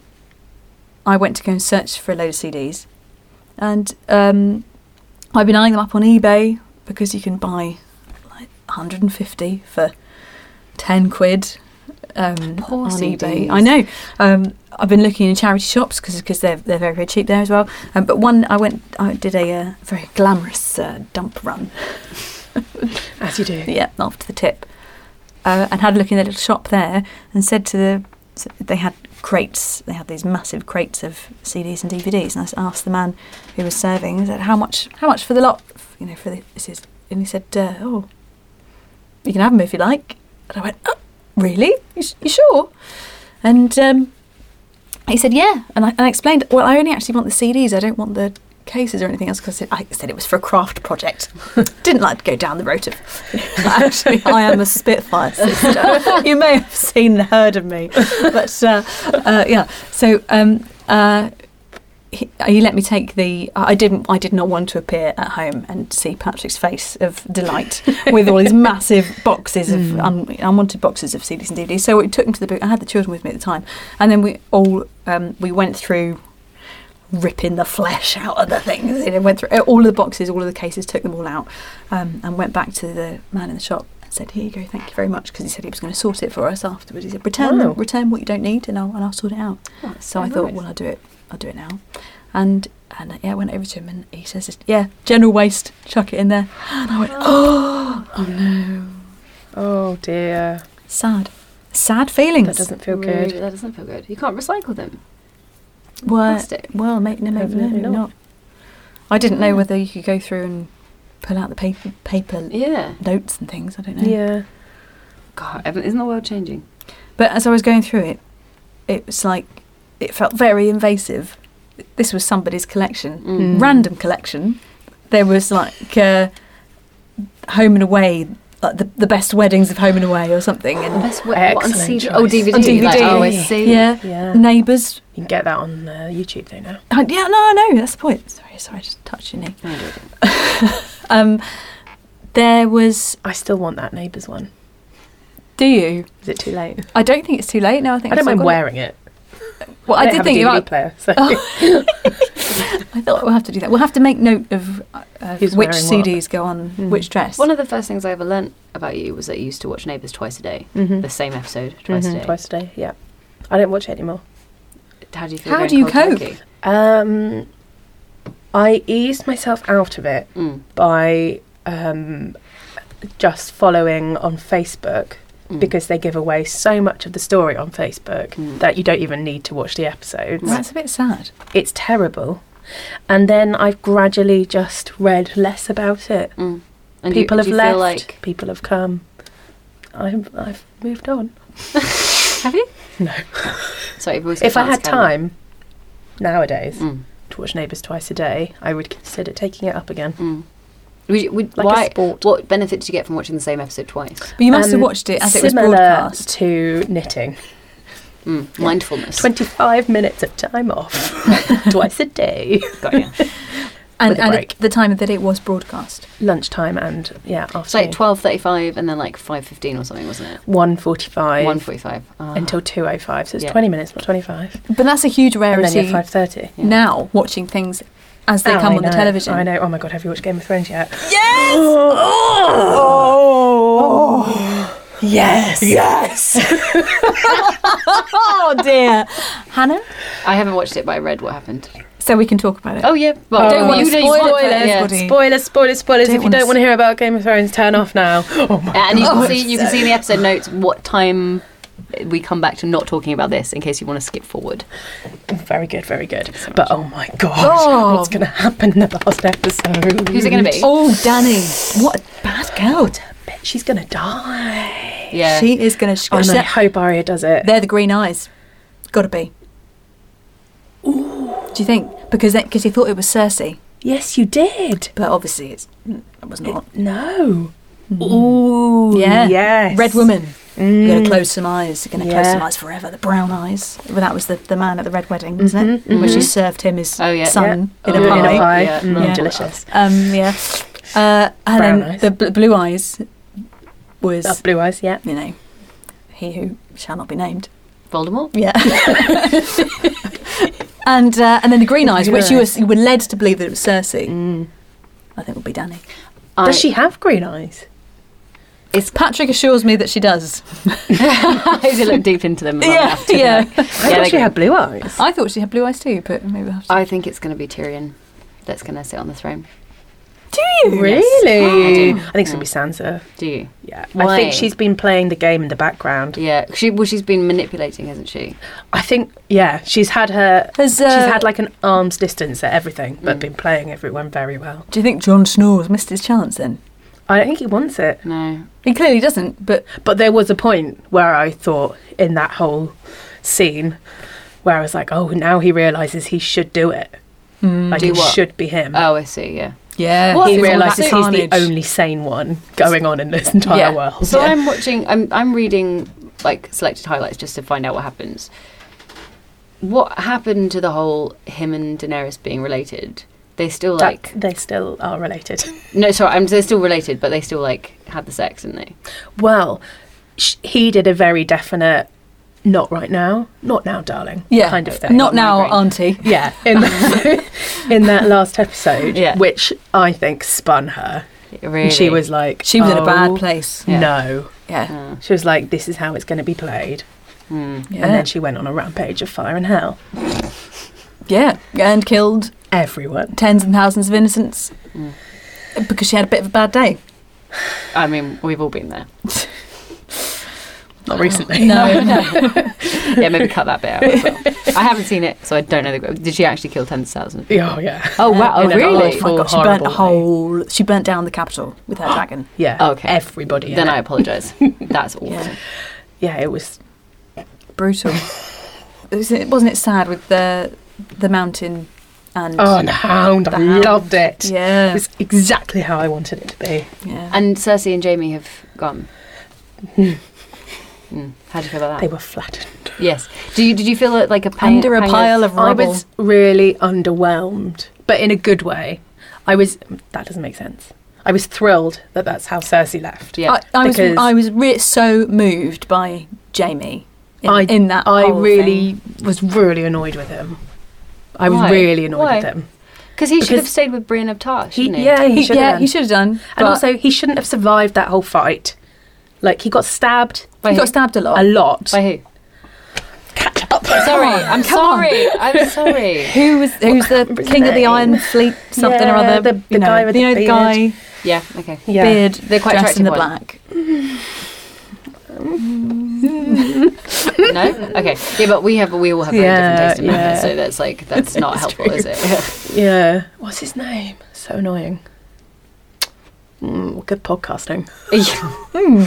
Speaker 3: I went to go and search for a load of CDs, and um, I've been eyeing them up on eBay because you can buy like 150 for 10 quid. Um,
Speaker 2: Poor
Speaker 3: on eBay,
Speaker 2: CDs.
Speaker 3: I know. Um, I've been looking in charity shops because they're they're very very cheap there as well. Um, but one I went I did a uh, very glamorous uh, dump run
Speaker 4: As you do.
Speaker 3: yeah, after the tip, uh, and had a look in the little shop there, and said to the, s- they had crates, they had these massive crates of CDs and DVDs, and I s- asked the man who was serving, I said, how much, how much for the lot, F- you know, for the, this is, and he said, uh, oh, you can have them if you like, and I went, oh, really, you, s- you sure? And um, he said, yeah, and I, and I explained, well, I only actually want the CDs, I don't want the cases or anything else because I, said- I said it was for a craft project. Didn't like to go down the road of actually I am a Spitfire sister. you may have seen and heard of me, but uh, uh, yeah. So um, uh, he, uh, he let me take the. I I didn't. I did not want to appear at home and see Patrick's face of delight with all these massive boxes of un, unwanted boxes of CDs and DVDs. So we took him to the book. I had the children with me at the time, and then we all um, we went through ripping the flesh out of the things. You know, went through all of the boxes, all of the cases, took them all out, um, and went back to the man in the shop and said, "Here you go, thank you very much," because he said he was going to sort it for us afterwards. He said, "Return,
Speaker 4: Wow. Oh,
Speaker 3: return what you don't need, and I'll and I'll sort it out." so I thought, well, I'll do it. I'll do it now, and. And uh, yeah, I went over to him and he says, "Yeah, general waste, chuck it in there." And I went, "Oh, oh no,
Speaker 4: Oh dear.
Speaker 3: sad, sad feelings."
Speaker 4: That doesn't feel
Speaker 2: Really,
Speaker 4: good.
Speaker 2: That doesn't feel good. You can't recycle them.
Speaker 3: Well,
Speaker 2: Plastic.
Speaker 3: well, make no, make, no,
Speaker 4: Evidently
Speaker 3: no,
Speaker 4: not.
Speaker 3: not. I didn't know
Speaker 2: Yeah.
Speaker 3: whether you could go through and pull out the paper, paper
Speaker 2: Yeah.
Speaker 3: notes and things. I don't know.
Speaker 4: Yeah.
Speaker 2: God, Evan, isn't the world changing?
Speaker 3: But as I was going through it, it was like it felt very invasive. This was somebody's collection,
Speaker 4: Hmm.
Speaker 2: Mm.
Speaker 3: random collection. There was like uh, Home and Away, like the, the best weddings of Home and Away or something,
Speaker 2: The
Speaker 3: and
Speaker 2: best way. What, on
Speaker 4: Excellent
Speaker 2: CD? Oh,
Speaker 4: choice.
Speaker 2: DVD.
Speaker 3: On
Speaker 2: Like,
Speaker 3: DVD.
Speaker 2: oh, I see.
Speaker 3: yeah,
Speaker 4: Yeah.
Speaker 3: neighbours.
Speaker 4: You can get that on uh, YouTube though now.
Speaker 3: Uh, yeah, no, I know that's the point. Sorry, sorry, I just touched your knee.
Speaker 2: No, I don't.
Speaker 3: Um, there was.
Speaker 4: I still want that neighbours one.
Speaker 3: Do you?
Speaker 4: Is it too late?
Speaker 3: I don't think it's too late now. I think
Speaker 4: I don't
Speaker 3: I've still
Speaker 4: mind
Speaker 3: got it.
Speaker 4: wearing it.
Speaker 3: Well, I,
Speaker 4: don't
Speaker 3: did
Speaker 4: have
Speaker 3: think
Speaker 4: a DVD
Speaker 3: about.
Speaker 4: player. So
Speaker 3: I thought we'll have to do that. We'll have to make note of uh, which
Speaker 4: Who's wearing what.
Speaker 3: CDs go on
Speaker 4: Mm.
Speaker 3: which dress.
Speaker 2: One of the first things I ever learnt about you was that you used to watch Neighbours twice a day, the same episode twice a day.
Speaker 4: Mm-hmm. twice a day. Yeah. I don't watch it anymore.
Speaker 2: How do you feel?
Speaker 3: How
Speaker 2: going
Speaker 3: do you
Speaker 2: cold
Speaker 3: cope?
Speaker 2: turkey?
Speaker 4: Um, I eased myself out of it
Speaker 2: Mm,
Speaker 4: by um, just following on Facebook
Speaker 2: mm.
Speaker 4: because they give away so much of the story on Facebook
Speaker 2: Mm.
Speaker 4: that you don't even need to watch the episodes.
Speaker 3: That's a bit sad.
Speaker 4: It's terrible. And then I've gradually just read less about it.
Speaker 2: Mm. And do you- do
Speaker 4: people have
Speaker 2: you
Speaker 4: left.
Speaker 2: Feel like,
Speaker 4: People have come. I've, I've moved on.
Speaker 2: have you?
Speaker 4: No.
Speaker 2: Sorry, Boy
Speaker 4: if I
Speaker 2: Scouts
Speaker 4: had
Speaker 2: Academy.
Speaker 4: time nowadays
Speaker 2: Mm,
Speaker 4: to watch Neighbours twice a day, I would consider taking it up again.
Speaker 2: mm. Would you, would,
Speaker 4: Like
Speaker 2: why,
Speaker 4: a sport.
Speaker 2: What benefit did you get from watching the same episode twice?
Speaker 3: But you must
Speaker 4: Um,
Speaker 3: have watched it as it was
Speaker 4: Similar
Speaker 3: broadcast.
Speaker 4: to knitting.
Speaker 2: Mm. Mindfulness.
Speaker 4: 25 minutes of time off twice a day.
Speaker 2: Got ya.
Speaker 3: And,
Speaker 4: with a
Speaker 3: and at
Speaker 4: break.
Speaker 3: the time that it was broadcast.
Speaker 4: Lunchtime and, yeah,
Speaker 2: It's
Speaker 4: after
Speaker 2: like twelve thirty-five and then like five fifteen or something, wasn't it?
Speaker 4: 1.45
Speaker 2: One forty-five Ah.
Speaker 4: until 2.05. So it's
Speaker 2: Yeah.
Speaker 4: 20 minutes, not 25.
Speaker 3: But that's a huge
Speaker 4: And then
Speaker 3: rarity
Speaker 4: you're 5.30.
Speaker 2: Yeah.
Speaker 3: now, watching things as they
Speaker 4: Oh,
Speaker 3: come
Speaker 4: I
Speaker 3: on
Speaker 4: know,
Speaker 3: the television.
Speaker 4: I know. Oh my god, have you watched Game of Thrones yet?
Speaker 5: Yes! Oh! Yes! Yes!
Speaker 3: Oh dear. Hannah?
Speaker 2: I haven't watched it, but I read what happened.
Speaker 3: So we can talk about it.
Speaker 2: Oh yeah, well,
Speaker 4: Don't
Speaker 2: you
Speaker 4: wanna
Speaker 2: know you
Speaker 3: spoil
Speaker 2: spoiled
Speaker 3: it for
Speaker 2: yeah.
Speaker 3: everybody.
Speaker 4: Spoilers, spoilers, spoilers.
Speaker 3: Don't
Speaker 4: if you
Speaker 3: wanna
Speaker 4: don't
Speaker 3: s-
Speaker 4: want to hear about Game of Thrones, turn off now. Oh my
Speaker 2: and you
Speaker 4: god.
Speaker 2: can see you can see in the episode notes what time we come back to not talking about this in case you want to skip forward.
Speaker 4: Very good, very good. But oh my god,
Speaker 3: Oh.
Speaker 4: what's going to happen in the last episode?
Speaker 2: Who's it going to be?
Speaker 3: Oh, Danny. What a bad girl.
Speaker 4: Bet she's going to die.
Speaker 2: yeah,
Speaker 3: She is going to
Speaker 4: And
Speaker 3: scratch
Speaker 4: I
Speaker 3: Oh, that.
Speaker 4: hope Arya does it.
Speaker 3: They're the green eyes. Gotta be. Ooh. Do you think? Because that, cause he thought it was Cersei,
Speaker 4: Yes, you did.
Speaker 3: but obviously it's, it was not.
Speaker 4: No. Ooh.
Speaker 3: Mm. Yeah.
Speaker 4: Yes.
Speaker 3: Red woman.
Speaker 4: Mm.
Speaker 3: You're gonna close some eyes. You're gonna close
Speaker 4: Yeah.
Speaker 3: some eyes forever. The brown eyes. Well, that was the, the man at the red wedding, wasn't it?
Speaker 4: Mhm,
Speaker 3: Where she
Speaker 2: mhm.
Speaker 3: served him his
Speaker 2: Oh, yeah.
Speaker 3: son
Speaker 2: Yeah.
Speaker 3: in, a
Speaker 2: Oh,
Speaker 3: pie.
Speaker 4: mm-hmm. In a pie.
Speaker 2: Yeah.
Speaker 4: Mm,
Speaker 3: Yeah.
Speaker 4: Delicious.
Speaker 3: Um, yeah. Uh, and
Speaker 4: Brown
Speaker 3: then
Speaker 4: eyes.
Speaker 3: the bl- blue eyes was
Speaker 4: Uh, blue eyes, yeah.
Speaker 3: you know he who shall not be named.
Speaker 2: Voldemort.
Speaker 3: Yeah. and uh, and then the green eyes, which you were, you were led to believe that it was Cersei. I think it would be Danny.
Speaker 2: Mm. I-
Speaker 4: Does she have green eyes?
Speaker 3: It's Patrick assures me that she does.
Speaker 2: I had to look deep into them. long
Speaker 3: Yeah,
Speaker 2: enough to
Speaker 3: yeah. Uh,
Speaker 2: know.
Speaker 4: I
Speaker 2: Yeah,
Speaker 4: thought
Speaker 2: they
Speaker 4: she
Speaker 2: do.
Speaker 4: had blue eyes.
Speaker 3: I thought she had blue eyes too, but maybe we'll have to.
Speaker 2: I think it's going to be Tyrion that's going to sit on the throne.
Speaker 3: Oh,
Speaker 4: Really?
Speaker 2: I do.
Speaker 4: I think it's going to be
Speaker 3: Mm.
Speaker 4: Sansa.
Speaker 2: Do you?
Speaker 4: Yeah. I
Speaker 2: Why?
Speaker 4: think she's been playing the game in the background.
Speaker 2: Yeah. She well, she's been manipulating, hasn't she?
Speaker 4: I think, yeah, she's had her.
Speaker 3: Has, uh,
Speaker 4: she's had like an arm's distance at everything, but
Speaker 2: Mm.
Speaker 4: been playing everyone very well.
Speaker 3: do you think Jon Snow has missed his chance then?
Speaker 4: I don't think he wants it.
Speaker 2: No.
Speaker 3: He clearly doesn't, but
Speaker 4: But there was a point where I thought in that whole scene where I was like, oh, now he realizes he should do it. Like
Speaker 1: Do
Speaker 4: it
Speaker 1: what?
Speaker 4: should be him.
Speaker 2: Oh, I see. Yeah.
Speaker 3: Yeah,
Speaker 2: Well,
Speaker 4: he
Speaker 2: it's all
Speaker 4: realizes
Speaker 3: about
Speaker 4: he's the
Speaker 3: carnage.
Speaker 4: only sane one going on in this entire
Speaker 3: Yeah.
Speaker 4: world.
Speaker 2: So I'm watching. I'm I'm reading like selected highlights just to find out what happens. What happened to the whole him and Daenerys being related? They still like
Speaker 4: That- they still are related.
Speaker 2: no, sorry, I'm, they're still related, but they still like had the sex, didn't they?
Speaker 4: Well, sh- he did a very definite, not right now, not now, darling,
Speaker 3: Yeah.
Speaker 4: kind of thing.
Speaker 3: Not now,
Speaker 2: migraine.
Speaker 3: Auntie.
Speaker 4: yeah, in, in that last episode,
Speaker 2: Yeah.
Speaker 4: which I think spun her.
Speaker 2: Really,
Speaker 4: And she was like,
Speaker 3: She was in a bad
Speaker 4: "Oh,
Speaker 3: place.
Speaker 2: Yeah.
Speaker 4: No.
Speaker 3: Yeah,
Speaker 2: Oh,
Speaker 4: She was like, this is how it's going to be played.
Speaker 2: hmm.
Speaker 3: yeah,
Speaker 4: And then she went on a rampage of fire and hell.
Speaker 3: yeah, and killed
Speaker 4: Everyone.
Speaker 3: tens and thousands of innocents
Speaker 2: Mm.
Speaker 3: because she had a bit of a bad day.
Speaker 2: I mean, we've all been there.
Speaker 4: Not recently.
Speaker 3: No, no.
Speaker 2: Yeah, maybe cut that bit out. As well. I haven't seen it, so I don't know. The, did she actually kill ten thousand?
Speaker 4: Yeah, Oh, yeah.
Speaker 2: Oh wow! Oh,
Speaker 4: In an
Speaker 2: really?
Speaker 4: awful-
Speaker 3: my God, she burnt
Speaker 4: horrible
Speaker 3: a whole. She burnt down the capital with her dragon.
Speaker 4: Yeah.
Speaker 2: Okay.
Speaker 4: Everybody. in
Speaker 2: Then
Speaker 4: it.
Speaker 2: I apologise. That's awful.
Speaker 3: Yeah.
Speaker 4: Yeah, it was.
Speaker 3: Brutal. Isn't it- Wasn't it sad with the the mountain and
Speaker 4: Oh, and Hound.
Speaker 3: The
Speaker 4: I
Speaker 3: Hound.
Speaker 4: loved it.
Speaker 3: yeah,
Speaker 4: It's exactly how I wanted it to be.
Speaker 3: yeah.
Speaker 2: And Cersei and Jamie have gone. Mm. How do you feel about
Speaker 4: They
Speaker 2: that?
Speaker 4: were flattened.
Speaker 2: Yes. Do you, did you feel it like a pang,
Speaker 3: under a
Speaker 2: pang
Speaker 3: pile of
Speaker 4: I
Speaker 3: rubble.
Speaker 4: was really underwhelmed, but in a good way. I was. That doesn't make sense. I was thrilled that that's how Cersei left.
Speaker 2: Yeah.
Speaker 3: I, I was
Speaker 4: because-
Speaker 3: I was re- so moved by Jamie in,
Speaker 4: I-
Speaker 3: in that.
Speaker 4: I
Speaker 3: whole
Speaker 4: really
Speaker 3: thing.
Speaker 4: was really annoyed with him. I was
Speaker 2: Why?
Speaker 4: really annoyed
Speaker 2: Why?
Speaker 4: with him.
Speaker 2: Because he should
Speaker 4: because-
Speaker 2: have stayed with Brienne of Tarth,
Speaker 4: He,
Speaker 2: shouldn't he?
Speaker 4: yeah, he
Speaker 3: He-
Speaker 4: should
Speaker 3: yeah,
Speaker 4: have.
Speaker 3: he should have done.
Speaker 4: and
Speaker 3: but
Speaker 4: also, he shouldn't have survived that whole fight. Like he got stabbed
Speaker 2: By
Speaker 3: he
Speaker 2: who?
Speaker 3: got stabbed a lot.
Speaker 4: a lot.
Speaker 2: By who?
Speaker 4: Catch up.
Speaker 2: Sorry,
Speaker 3: on,
Speaker 2: I'm
Speaker 3: come on.
Speaker 2: sorry. I'm sorry.
Speaker 3: Who was who's the
Speaker 4: Remember his
Speaker 3: king of the
Speaker 4: name?
Speaker 3: Iron Fleet? Something or
Speaker 4: Yeah,
Speaker 3: other.
Speaker 4: the- the
Speaker 3: you know,
Speaker 4: guy with
Speaker 3: you
Speaker 4: the
Speaker 3: know,
Speaker 4: beard.
Speaker 3: guy
Speaker 2: Yeah. Okay.
Speaker 4: Yeah.
Speaker 3: beard.
Speaker 2: They're quite
Speaker 3: dressed in
Speaker 2: attractive
Speaker 3: the
Speaker 2: ones.
Speaker 3: black.
Speaker 2: No. Okay. Yeah, but we have we all have very different
Speaker 4: Yeah,
Speaker 2: taste in
Speaker 4: yeah.
Speaker 2: yeah. so that's like that's not helpful, is it?
Speaker 4: Yeah. What's his name? So annoying. Mm, good podcasting.
Speaker 2: Yeah.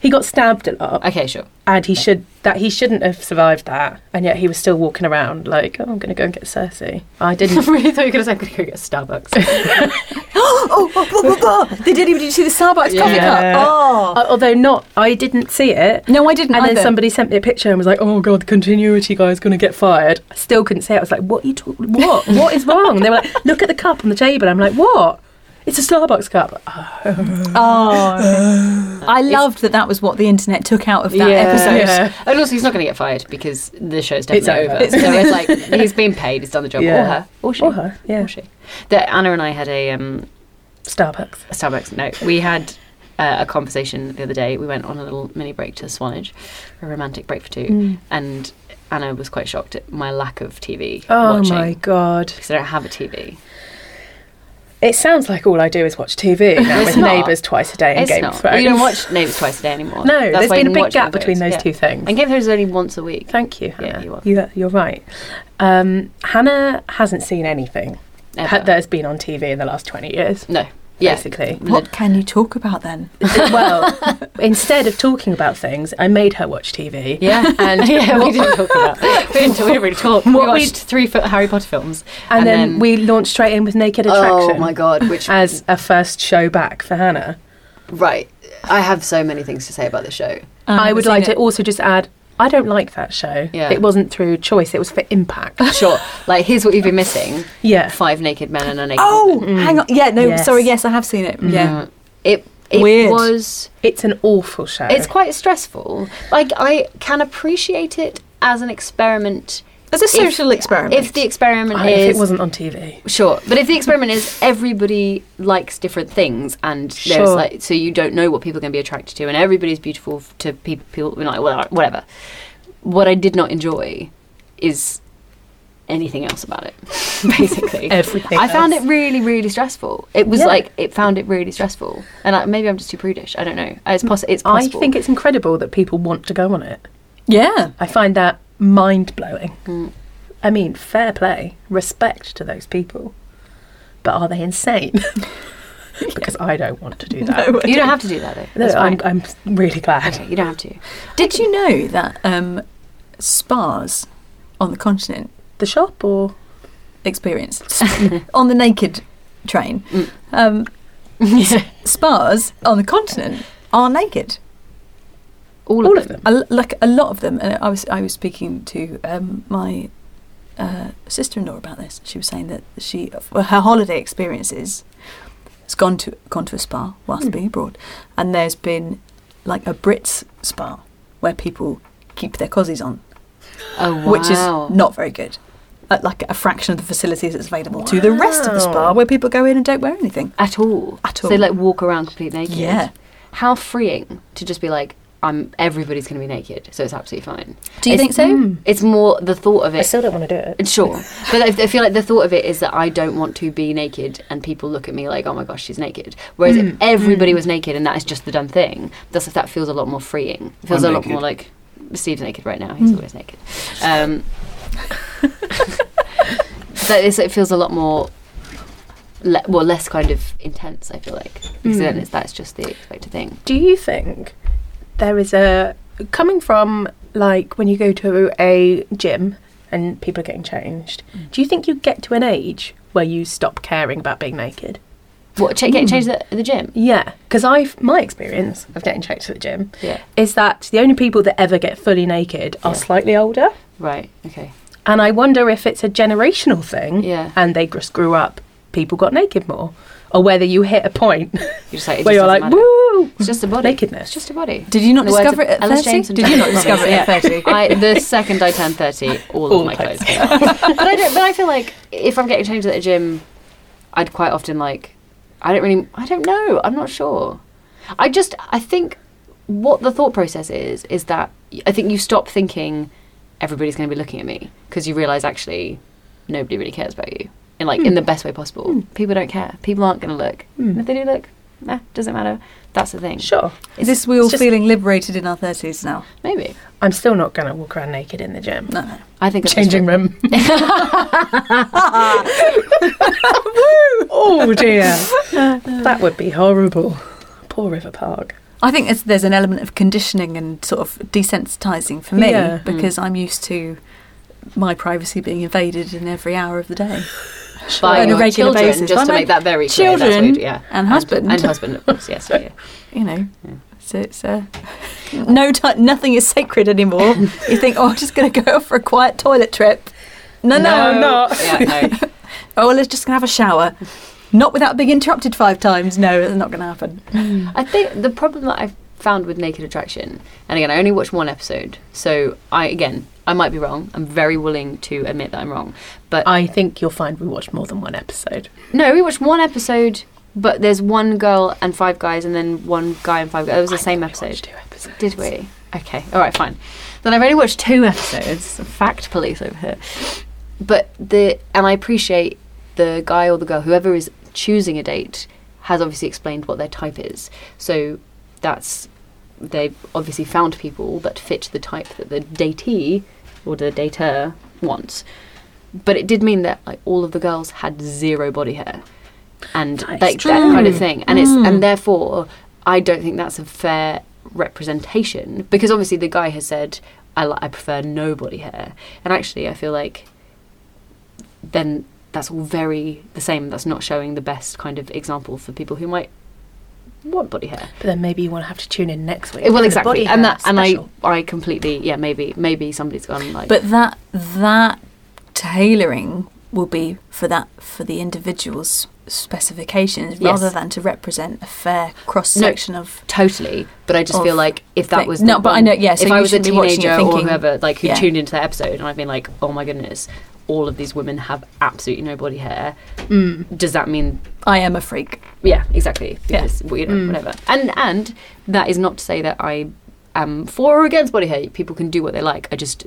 Speaker 4: He got stabbed a lot.
Speaker 2: okay. Sure.
Speaker 4: and he should that he shouldn't have survived that, and yet he was still walking around like, oh, I'm going to go and get Cersei. I didn't.
Speaker 2: really thought you were gonna say I'm gonna go get Starbucks.
Speaker 3: oh, oh, oh, oh, oh, oh. They did even. Did you see the Starbucks coffee
Speaker 4: Yeah.
Speaker 3: cup? Oh.
Speaker 4: Al- Although not, I didn't see it.
Speaker 3: No, I didn't
Speaker 4: And
Speaker 3: either.
Speaker 4: then somebody sent me a picture and was like, "Oh God, the continuity guy's going to get fired." I still couldn't see it. I was like, "What are you talking? What? what is wrong?" And they were like, "Look at the cup on the table." I'm like, "What? It's a Starbucks cup."
Speaker 3: Oh, I loved that. That was what the internet took out of that
Speaker 2: Yeah.
Speaker 3: episode.
Speaker 4: Yeah.
Speaker 2: and also, he's not gonna get fired because the show's
Speaker 4: It's
Speaker 2: definitely
Speaker 4: over.
Speaker 2: over. So it's like he's been paid. He's done the job.
Speaker 4: Yeah.
Speaker 2: Or her. Or she.
Speaker 4: Or her, yeah.
Speaker 2: Or she. That Anna and I had a um,
Speaker 4: Starbucks.
Speaker 2: Starbucks. No, we had uh, a conversation the other day. We went on a little mini break to Swanage, a romantic break for two,
Speaker 4: Mm.
Speaker 2: and Anna was quite shocked at my lack of TV
Speaker 4: Oh
Speaker 2: watching
Speaker 4: my God!
Speaker 2: because I don't have a TV.
Speaker 4: It sounds like all I do is watch TV now
Speaker 2: It's
Speaker 4: with
Speaker 2: not.
Speaker 4: neighbours twice a day and
Speaker 2: it's
Speaker 4: Game
Speaker 2: not.
Speaker 4: of Thrones.
Speaker 2: We don't watch Neighbours twice a day anymore.
Speaker 4: No,
Speaker 2: That's
Speaker 4: there's
Speaker 2: why I
Speaker 4: been a
Speaker 2: didn't
Speaker 4: big
Speaker 2: watch
Speaker 4: gap
Speaker 2: Game of
Speaker 4: between
Speaker 2: Thrones,
Speaker 4: those
Speaker 2: yeah.
Speaker 4: two things.
Speaker 2: And Game of Thrones is only once a week.
Speaker 4: Thank you,
Speaker 2: Yeah,
Speaker 4: Hannah.
Speaker 2: you're welcome.
Speaker 4: you are right. Um, Hannah hasn't seen anything
Speaker 2: Ever.
Speaker 4: ha- that's been on TV in the last 20 years,
Speaker 2: no. Yeah.
Speaker 4: basically.
Speaker 3: What can you talk about then?
Speaker 4: well, instead of talking about things, I made her watch TV.
Speaker 2: Yeah, and yeah, we didn't talk about. We didn't, we didn't really talk. We
Speaker 4: What we-
Speaker 2: watched three foot Harry Potter films,
Speaker 4: And, then, we launched straight in with Naked Attraction
Speaker 2: Oh my god! Which
Speaker 4: as a first show back for Hannah.
Speaker 2: right? I have so many things to say about the show.
Speaker 4: I would like
Speaker 3: to.
Speaker 4: to also just add I don't like that show.
Speaker 2: Yeah.
Speaker 4: It wasn't through choice, it was for impact.
Speaker 2: Sure, like here's what you've been missing:
Speaker 4: yeah.
Speaker 2: five naked men and a naked
Speaker 3: Oh,
Speaker 2: woman.
Speaker 3: hang on. Yeah, no,
Speaker 4: Yes.
Speaker 3: sorry. Yes, I have seen it. Yeah.
Speaker 2: Mm. It it
Speaker 3: Weird.
Speaker 2: was
Speaker 4: It's an awful show.
Speaker 2: it's quite stressful. Like I can appreciate it as an experiment.
Speaker 3: As a
Speaker 2: if-
Speaker 3: social experiment.
Speaker 2: If the experiment
Speaker 4: I-
Speaker 2: is
Speaker 4: if it wasn't on TV.
Speaker 2: Sure, but if the experiment is everybody likes different things, and there's
Speaker 4: Sure.
Speaker 2: like so you don't know what people are going to be attracted to, and everybody's beautiful f- to people, people like well, whatever. What I did not enjoy is anything else about it. Basically,
Speaker 4: Everything
Speaker 2: I found
Speaker 4: else.
Speaker 2: it really, really stressful. It was
Speaker 4: Yeah.
Speaker 2: like it found it really stressful, and I, maybe I'm just too prudish. I don't know. It's, poss- it's
Speaker 4: I
Speaker 2: possible.
Speaker 4: think it's incredible that people want to go on it.
Speaker 3: yeah.
Speaker 4: I find that mind blowing.
Speaker 2: Mm.
Speaker 4: I mean, fair play, respect to those people. But are they insane? because I don't want to do that.
Speaker 2: you don't have to do that though.
Speaker 4: No,
Speaker 2: That's fine.
Speaker 4: I'm, I'm really glad.
Speaker 2: Okay, you don't have to.
Speaker 3: Did you know that um, spas on the continent
Speaker 4: The shop or
Speaker 3: experience on the naked train.
Speaker 2: Mm.
Speaker 3: Um,
Speaker 2: Yeah.
Speaker 3: spas on the continent are naked.
Speaker 2: All,
Speaker 4: All
Speaker 2: of
Speaker 4: of
Speaker 2: them.
Speaker 4: them.
Speaker 3: A, like a lot of them. And I was I was speaking to um, my uh, sister-in-law about this. She was saying that she well, her holiday experiences has gone to gone to a spa whilst
Speaker 4: Hmm.
Speaker 3: being abroad, and there's been like a Brits spa where people keep their cozies on,
Speaker 2: Oh, wow.
Speaker 3: which is not very good. At like a fraction of the facilities that's available to the rest of the spa,
Speaker 4: Wow.
Speaker 3: where people go in and don't wear anything
Speaker 2: At all.
Speaker 3: at
Speaker 2: So
Speaker 3: all.
Speaker 2: they like walk around completely naked.
Speaker 3: Yeah.
Speaker 2: How freeing to just be like, I'm. Everybody's going to be naked, so it's absolutely fine.
Speaker 3: Do you
Speaker 2: It's- Mm.
Speaker 3: think so?
Speaker 2: It's more the thought of
Speaker 4: I
Speaker 2: it.
Speaker 4: still don't want to do it.
Speaker 2: Sure, but I, I feel like the thought of it is that I don't want to be naked, and people look at me like, "Oh my gosh, she's naked." Whereas if
Speaker 4: Mm.
Speaker 2: everybody was naked, and that is just the done thing, that's that feels a lot more freeing. It feels
Speaker 5: I'm
Speaker 2: a lot
Speaker 5: naked.
Speaker 2: more like Steve's naked right now. He's
Speaker 3: Mm.
Speaker 2: always naked. Um, that is, it feels a lot more, le- well, less kind of intense. I feel like because then
Speaker 4: Mm.
Speaker 2: it's, that's just the expected thing.
Speaker 4: Do you think there is a coming from like when you go to a gym and people are getting changed?
Speaker 2: Mm.
Speaker 4: Do you think you get to an age where you stop caring about being naked?
Speaker 2: What ch-
Speaker 4: Mm.
Speaker 2: getting changed at the, the gym?
Speaker 4: Yeah, because I my experience of getting changed at the gym
Speaker 2: Yeah.
Speaker 4: is that the only people that ever get fully naked are
Speaker 2: Yeah.
Speaker 4: slightly older,
Speaker 2: Right. Okay.
Speaker 4: and I wonder if it's a generational thing
Speaker 2: Yeah.
Speaker 4: and they just grew up, people got naked more, or whether you hit a point
Speaker 2: You're just like, it
Speaker 4: where
Speaker 2: just
Speaker 4: you're like,
Speaker 2: doesn't matter.
Speaker 4: woo,
Speaker 2: It's just a body. It's
Speaker 4: nakedness.
Speaker 2: just a body.
Speaker 3: Did you not
Speaker 2: the words
Speaker 3: discover
Speaker 2: of
Speaker 3: it at
Speaker 2: Alice
Speaker 3: 30?
Speaker 2: James and
Speaker 3: Did you
Speaker 2: Jack
Speaker 3: not discover it
Speaker 2: Robinson,
Speaker 3: at 30?
Speaker 2: I, the second I turned 30, all,
Speaker 4: All
Speaker 2: of my
Speaker 4: the
Speaker 2: clothes came off. but, I don't, but I feel like if I'm getting changed at the gym, I'd quite often like, I don't really, I don't know, I'm not sure. I just, I think what the thought process is, is that y- I think you stop thinking everybody's going to be looking at me because you realise actually nobody really cares about you. In like
Speaker 4: Hmm.
Speaker 2: in the best way possible. People don't care. People aren't going to look. And if they do look, nah, doesn't matter. That's the thing.
Speaker 4: Sure,
Speaker 3: Is this we all
Speaker 4: just-
Speaker 3: feeling liberated in our 30s now?
Speaker 2: Maybe.
Speaker 4: I'm still not going to walk around naked in the gym.
Speaker 3: No, no.
Speaker 2: I think that's
Speaker 4: Changing room. Oh dear. that would be horrible. Poor River Park.
Speaker 3: I think it's, there's an element of conditioning and sort of desensitizing for me
Speaker 4: Yeah.
Speaker 3: because I'm used to my privacy being invaded in every hour of the day.
Speaker 2: by
Speaker 3: on a
Speaker 2: your
Speaker 3: regular
Speaker 2: children,
Speaker 3: basis.
Speaker 2: just
Speaker 3: By
Speaker 2: to
Speaker 3: my
Speaker 2: make that very clear. that's
Speaker 3: children
Speaker 2: what you- yeah.
Speaker 3: and husband.
Speaker 2: and, husband, of course, yes, yeah.
Speaker 3: You know, so it's uh, no ti nothing is sacred anymore. you think, oh, I'm just going to go for a quiet toilet trip. No, no,
Speaker 4: I'm not.
Speaker 2: yeah, no.
Speaker 3: Oh, well, let's just going to have a shower. Not without being interrupted five times. No, it's not going to happen.
Speaker 2: I think the problem that I've found with Naked Attraction, and again, I only watched one episode, so I again, I might be wrong. I'm very willing to admit that I'm wrong, but
Speaker 4: I think you'll find we watched more than one episode.
Speaker 2: no, we watched one episode, but there's one girl and five guys, and then one guy and five girls. It was the
Speaker 4: I
Speaker 2: same
Speaker 4: think we watched
Speaker 2: episode.
Speaker 4: Two episodes.
Speaker 2: Did we? Okay. All right. Fine. Then I've only watched two episodes. Fact police over here. But the and I appreciate the guy or the girl, whoever is choosing a date, has obviously explained what their type is. So that's they've obviously found people that fit the type that the datee or the dater wants. But it did mean that like all of the girls had zero body hair, and
Speaker 4: That
Speaker 2: like
Speaker 4: is
Speaker 2: that
Speaker 4: true.
Speaker 2: kind of thing. And it's
Speaker 3: Mm.
Speaker 2: and therefore I don't think that's a fair representation because obviously the guy has said I, li- I prefer no body hair, and actually I feel like then that's all very the same. That's not showing the best kind of example for people who might want body hair.
Speaker 4: But then maybe you want to have to tune in next week. for
Speaker 2: Well,
Speaker 4: the
Speaker 2: exactly,
Speaker 4: body
Speaker 2: and
Speaker 4: hair
Speaker 2: that and I
Speaker 4: special.
Speaker 2: I completely yeah maybe maybe somebody's gone like
Speaker 3: But that that tailoring will be for that for the individual's specifications
Speaker 2: Yes.
Speaker 3: rather than to represent a fair cross section of
Speaker 2: totally. But I just
Speaker 3: Of
Speaker 2: feel like if that
Speaker 3: thing-
Speaker 2: was
Speaker 3: No,
Speaker 2: the
Speaker 3: but I
Speaker 2: one-
Speaker 3: know- yeah, so
Speaker 2: if I
Speaker 3: you
Speaker 2: was a
Speaker 3: shouldn't be watching it
Speaker 2: teenager or
Speaker 3: thinking-
Speaker 2: whoever like who
Speaker 3: yeah.
Speaker 2: tuned into that episode, and I've been like, oh my goodness, all of these women have absolutely no body hair.
Speaker 4: Mm.
Speaker 2: Does that mean
Speaker 3: I am a freak.
Speaker 2: yeah exactly
Speaker 3: Yeah. Mm.
Speaker 2: because you know, whatever and and that is not to say that i am for or against body hair people can do what they like i just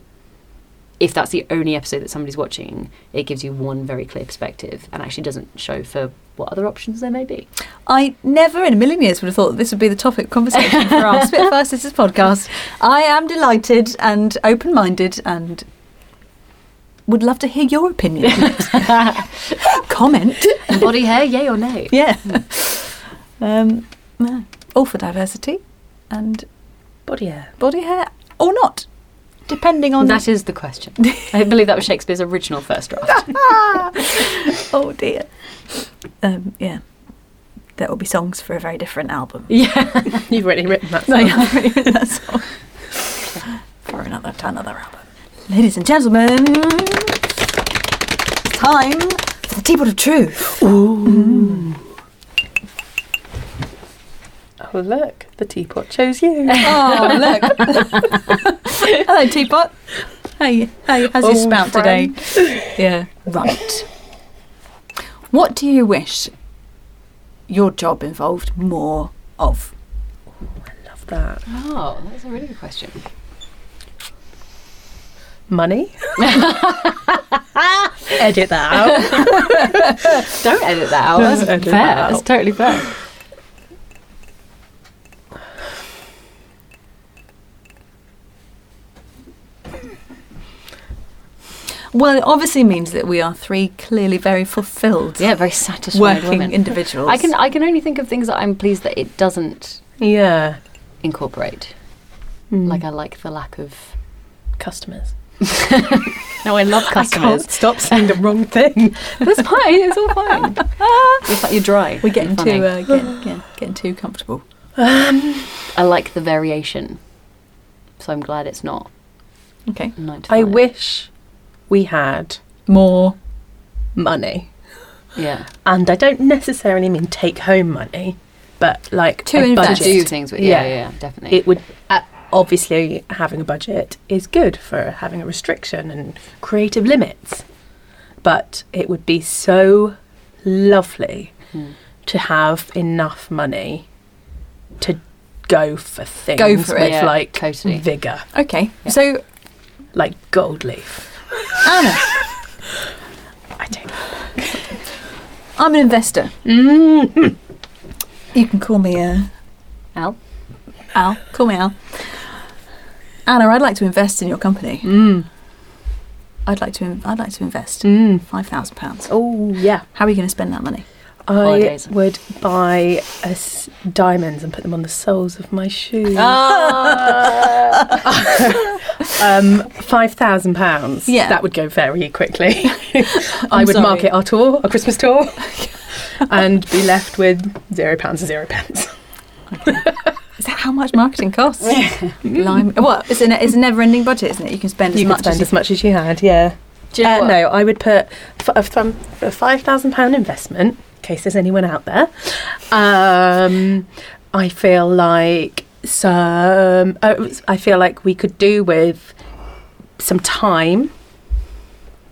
Speaker 2: if that's the only episode that somebody's watching it gives you one very clear perspective and actually doesn't show for what other options there may be
Speaker 3: I never in a million years would have thought that this would be the topic of conversation for our Spitfire Sisters podcast. I am delighted and open minded and would love to hear your opinion. Comment.
Speaker 2: And body hair yay or nay
Speaker 3: Yeah. Um, no. All for diversity and
Speaker 4: body hair.
Speaker 3: body hair or not. depending on
Speaker 2: That is the question. I believe that was Shakespeare's original first draft.
Speaker 3: oh dear. Um, yeah, there will be songs for a very different album.
Speaker 2: yeah.
Speaker 4: You've already written that.
Speaker 3: No,
Speaker 4: song.
Speaker 3: I've already written that song for another to another album. Ladies and gentlemen, it's time for the teapot of truth.
Speaker 4: Oh look, the teapot chose you.
Speaker 3: Oh look! Hello, teapot. Hey, hey, how's your
Speaker 4: Old
Speaker 3: spout
Speaker 4: friend.
Speaker 3: today? Yeah. Right. What do you wish your job involved more of?
Speaker 4: Love that.
Speaker 2: Oh, that's a really good question.
Speaker 4: Money. Edit that out.
Speaker 2: Don't edit that out. That's
Speaker 4: Don't
Speaker 2: fair.
Speaker 4: edit that out.
Speaker 2: That's totally fair.
Speaker 3: Well, it obviously means that we are three clearly very fulfilled
Speaker 2: Yeah, very satisfied
Speaker 3: working
Speaker 2: women.
Speaker 3: individuals.
Speaker 2: I can I can only think of things that I'm pleased that it doesn't
Speaker 4: Yeah. Mm.
Speaker 2: incorporate. Like I like the lack of.
Speaker 4: Customers.
Speaker 2: No, I love customers.
Speaker 4: stop saying the wrong thing.
Speaker 2: That's fine. It's all fine. You're, fi- you're dry.
Speaker 3: We're getting
Speaker 2: You're funny.
Speaker 3: too uh, getting, getting, getting too comfortable.
Speaker 2: I like the variation, so I'm glad it's not
Speaker 3: Okay.
Speaker 2: nine to
Speaker 4: I
Speaker 2: five.
Speaker 4: wish we had
Speaker 3: More.
Speaker 4: money,
Speaker 2: Yeah,
Speaker 4: and I don't necessarily mean take home money, but like
Speaker 3: To
Speaker 4: a
Speaker 3: invest.
Speaker 2: to do
Speaker 4: budget.
Speaker 2: things with. Yeah,
Speaker 4: Yeah.
Speaker 2: yeah, definitely.
Speaker 4: It would uh, obviously having a budget is good for having a restriction and creative limits, but it would be so lovely
Speaker 2: Hmm.
Speaker 4: to have enough money to go for things
Speaker 3: for it.
Speaker 4: with
Speaker 2: Yeah,
Speaker 4: like
Speaker 2: totally.
Speaker 4: vigor,
Speaker 3: Okay. So,
Speaker 4: like gold leaf.
Speaker 3: Anna,
Speaker 4: I don't.
Speaker 3: I'm an investor.
Speaker 4: Mm.
Speaker 3: You can call me uh,
Speaker 2: Al?
Speaker 3: Al. Call me Al. Anna, I'd like to invest in your company.
Speaker 4: Mm.
Speaker 3: I'd like to. I'd like to invest
Speaker 4: Mm.
Speaker 3: five thousand pounds.
Speaker 4: Oh yeah.
Speaker 3: How are you going to spend that money?
Speaker 4: I
Speaker 2: Holidays.
Speaker 4: would buy us diamonds and put them on the soles of my shoes.
Speaker 3: Ah.
Speaker 4: um, five thousand pounds.
Speaker 3: Yeah.
Speaker 4: that would go very quickly. I
Speaker 3: I'm
Speaker 4: would
Speaker 3: sorry.
Speaker 4: market our tour, our Christmas tour, and be left with zero pounds and zero pence.
Speaker 3: Is that how much marketing costs?
Speaker 2: Mm.
Speaker 3: Lime. Well, it's a, it's a never-ending budget, isn't it? You can spend as
Speaker 4: You
Speaker 3: much
Speaker 4: could spend
Speaker 3: as
Speaker 4: as much as you had. Yeah.
Speaker 2: Do you know
Speaker 4: Uh,
Speaker 2: what?
Speaker 4: no, I would put f- a, thum- a five thousand pound investment. In case there's anyone out there, um, I feel like some. oh, I feel like we could do with some time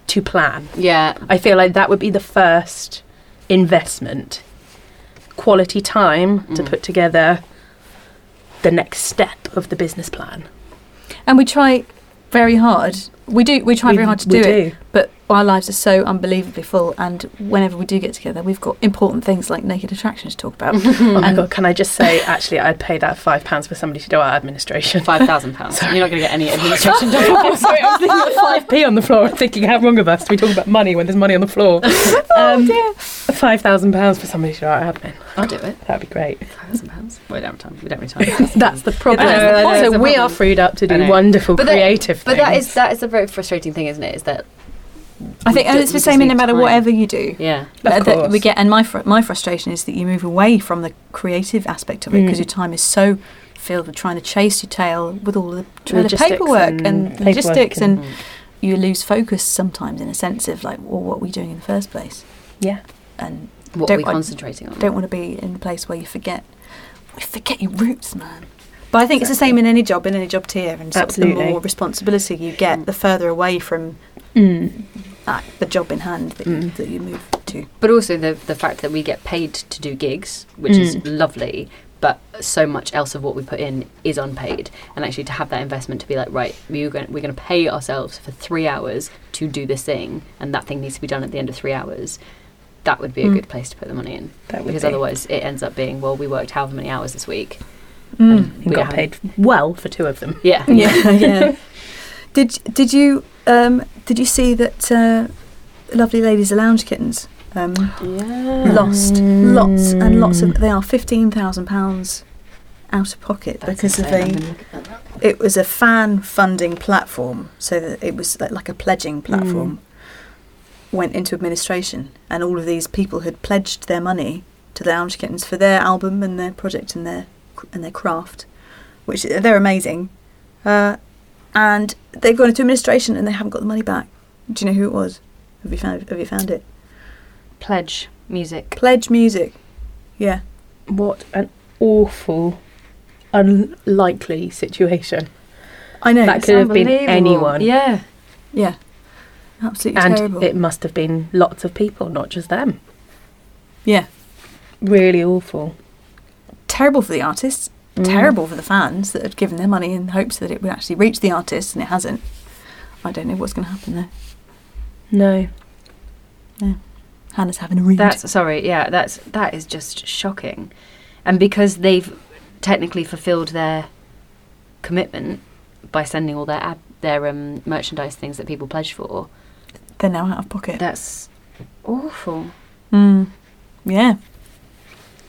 Speaker 4: to plan.
Speaker 2: Yeah,
Speaker 4: I feel like that would be the first investment, quality time to
Speaker 2: Mm.
Speaker 4: put together the next step of the business plan.
Speaker 3: and we try very hard. We do. We try
Speaker 4: We-
Speaker 3: very hard to
Speaker 4: we
Speaker 3: do, it, but our lives are so unbelievably full. And whenever we do get together, we've got important things like naked attraction to talk about.
Speaker 4: Oh my god! Can I just say, actually, I'd pay that five pounds for somebody to do our administration.
Speaker 2: five thousand pounds. You're not going to get any administration done.
Speaker 4: I'm sorry, I was thinking of five p on the floor. I'm thinking, how wrong of us to be talking about money when there's money on the floor. Um, Five thousand pounds for somebody to do our admin.
Speaker 2: I'll do it.
Speaker 4: That'd be great.
Speaker 2: Five thousand pounds. We don't have time. We don't have time.
Speaker 4: That's the problem.
Speaker 2: I know, I know, it's
Speaker 4: so
Speaker 2: a
Speaker 4: we
Speaker 2: problem.
Speaker 4: are freed up to
Speaker 2: I
Speaker 4: do
Speaker 2: know.
Speaker 4: wonderful,
Speaker 2: But that-
Speaker 4: creative
Speaker 2: but
Speaker 4: things.
Speaker 2: that is that is a very frustrating thing, isn't it? Is that
Speaker 3: I think
Speaker 2: We
Speaker 3: and
Speaker 2: ju-
Speaker 3: it's
Speaker 2: we
Speaker 3: the
Speaker 2: just
Speaker 3: same
Speaker 2: need
Speaker 3: no matter
Speaker 2: time.
Speaker 3: whatever you do.
Speaker 2: yeah
Speaker 4: Of
Speaker 3: uh, that- that we
Speaker 4: course.
Speaker 3: get and my fr- my frustration is that you move away from the creative aspect of it because
Speaker 4: Mm.
Speaker 3: your time is so filled with trying to chase your tail with all the trail of
Speaker 4: Logistics
Speaker 3: paperwork
Speaker 4: and
Speaker 3: and,
Speaker 4: paperwork
Speaker 3: logistics and,
Speaker 2: Mm.
Speaker 3: you lose focus sometimes in a sense of like well what are we doing in the first place
Speaker 4: yeah.
Speaker 3: and
Speaker 2: what
Speaker 3: Don't
Speaker 2: are we
Speaker 3: want-
Speaker 2: concentrating on?
Speaker 3: don't want to be in a place where you forget we forget your roots man but I think it's the same in any job in any job tier and sort of the
Speaker 4: Absolutely.
Speaker 3: more responsibility you get the further away from
Speaker 4: Hmm.
Speaker 3: uh, the job in hand that, you,
Speaker 4: Mm.
Speaker 3: that you move to
Speaker 2: But also the the fact that we get paid to do gigs, which is
Speaker 4: Mm.
Speaker 2: lovely, but so much else of what we put in is unpaid. And actually, to have that investment to be like, right, we're going we're going to pay ourselves for three hours to do this thing, and that thing needs to be done at the end of three hours. That would be a
Speaker 4: Mm.
Speaker 2: good place to put the money in,
Speaker 4: That would
Speaker 2: because
Speaker 4: be.
Speaker 2: otherwise it ends up being, well, we worked however many hours this week.
Speaker 3: Hmm.
Speaker 4: and
Speaker 2: we
Speaker 4: got
Speaker 2: haven't-
Speaker 4: paid well for two of them.
Speaker 2: Mm. Yeah,
Speaker 3: Um, yeah, yeah. Did did you um, did you see that uh, lovely ladies are lounge kittens um,
Speaker 2: yeah.
Speaker 3: lost lots and lots of they are fifteen thousand pounds out of pocket
Speaker 2: That's
Speaker 3: because of
Speaker 2: insane. I'm
Speaker 3: a,
Speaker 2: gonna look at that.
Speaker 3: it was a fan funding platform, so that it was like, like a pledging platform, went into administration, and all of these people had pledged their money to the Lounge Kittens for their album and their project and their and their craft, which they're amazing, uh, and they've gone into administration and they haven't got the money back. Do you know who it was? Have you found Have you found it?
Speaker 2: Pledge music.
Speaker 3: Pledge Music. Yeah.
Speaker 4: What an awful, unlikely situation.
Speaker 3: I know.
Speaker 4: That
Speaker 3: it's-
Speaker 4: could have been
Speaker 2: Unbelievable.
Speaker 4: anyone.
Speaker 2: Yeah.
Speaker 3: yeah. Absolutely
Speaker 4: And
Speaker 3: terrible.
Speaker 4: it must have been lots of people, not just them.
Speaker 3: yeah.
Speaker 4: Really awful.
Speaker 3: Terrible for the artists, Mm. terrible for the fans that had given their money in hopes that it would actually reach the artists and it hasn't. I don't know what's going to happen there.
Speaker 4: No.
Speaker 3: Hannah's having a read.
Speaker 2: That's sorry. Yeah, that's that is just shocking. And because they've technically fulfilled their commitment by sending all their ab- their um, merchandise things that people pledged for,
Speaker 3: They're now out of pocket.
Speaker 2: that's awful.
Speaker 3: Mm. Yeah.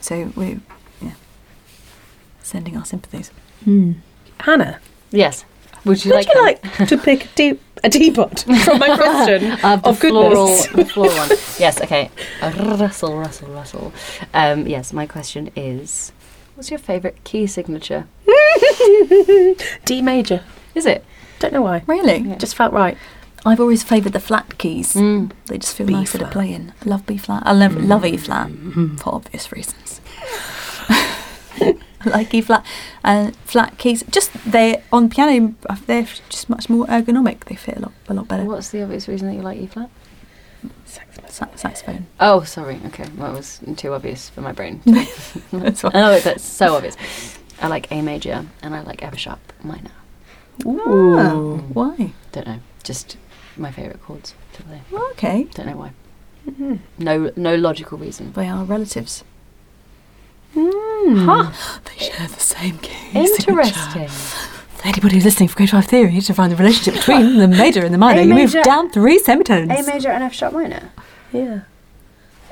Speaker 3: So we, yeah, sending our sympathies. Hmm.
Speaker 4: Hannah,
Speaker 2: Yes. Would you
Speaker 4: would
Speaker 2: like,
Speaker 4: you
Speaker 2: them?
Speaker 4: like to pick a tea- a teapot from my question?
Speaker 2: Uh, the
Speaker 4: Oh,
Speaker 2: floral,
Speaker 4: goodness.
Speaker 2: the floral one. Yes. Okay. Uh, Russell, Russell, Russell. Um, yes. My question is, what's your favourite key signature?
Speaker 4: D major.
Speaker 2: Is it?
Speaker 4: Don't know why.
Speaker 3: Really?
Speaker 4: Just felt right.
Speaker 3: I've always favoured the flat keys.
Speaker 2: Mm.
Speaker 3: They just feel
Speaker 4: Mm. B
Speaker 3: nicer to
Speaker 4: flat.
Speaker 3: play in. I love B flat. I love, love E flat for obvious reasons. I like E flat and flat keys. Just they on piano, they're just much more ergonomic. They fit a lot, a lot better.
Speaker 2: What's the obvious reason that you like E flat?
Speaker 3: Sa- saxophone.
Speaker 2: Oh, sorry. Okay. Well, it was too obvious for my brain.
Speaker 3: That's what.
Speaker 2: oh, that's so obvious. I like A major and I like F sharp minor.
Speaker 3: Ooh. Ah, Why?
Speaker 2: Don't know. Just my favourite chords to play.
Speaker 3: Okay,
Speaker 2: Don't know why. Mm-hmm. No, no logical reason.
Speaker 3: they are relatives.
Speaker 4: Hmm.
Speaker 2: Huh.
Speaker 3: They share the same keys.
Speaker 2: Interesting.
Speaker 6: Anybody who's listening for Grade 5 Theory to find the relationship between the major and the minor,
Speaker 2: A
Speaker 6: you move
Speaker 2: major-
Speaker 6: down three semitones.
Speaker 2: A major and F sharp minor.
Speaker 4: Yeah.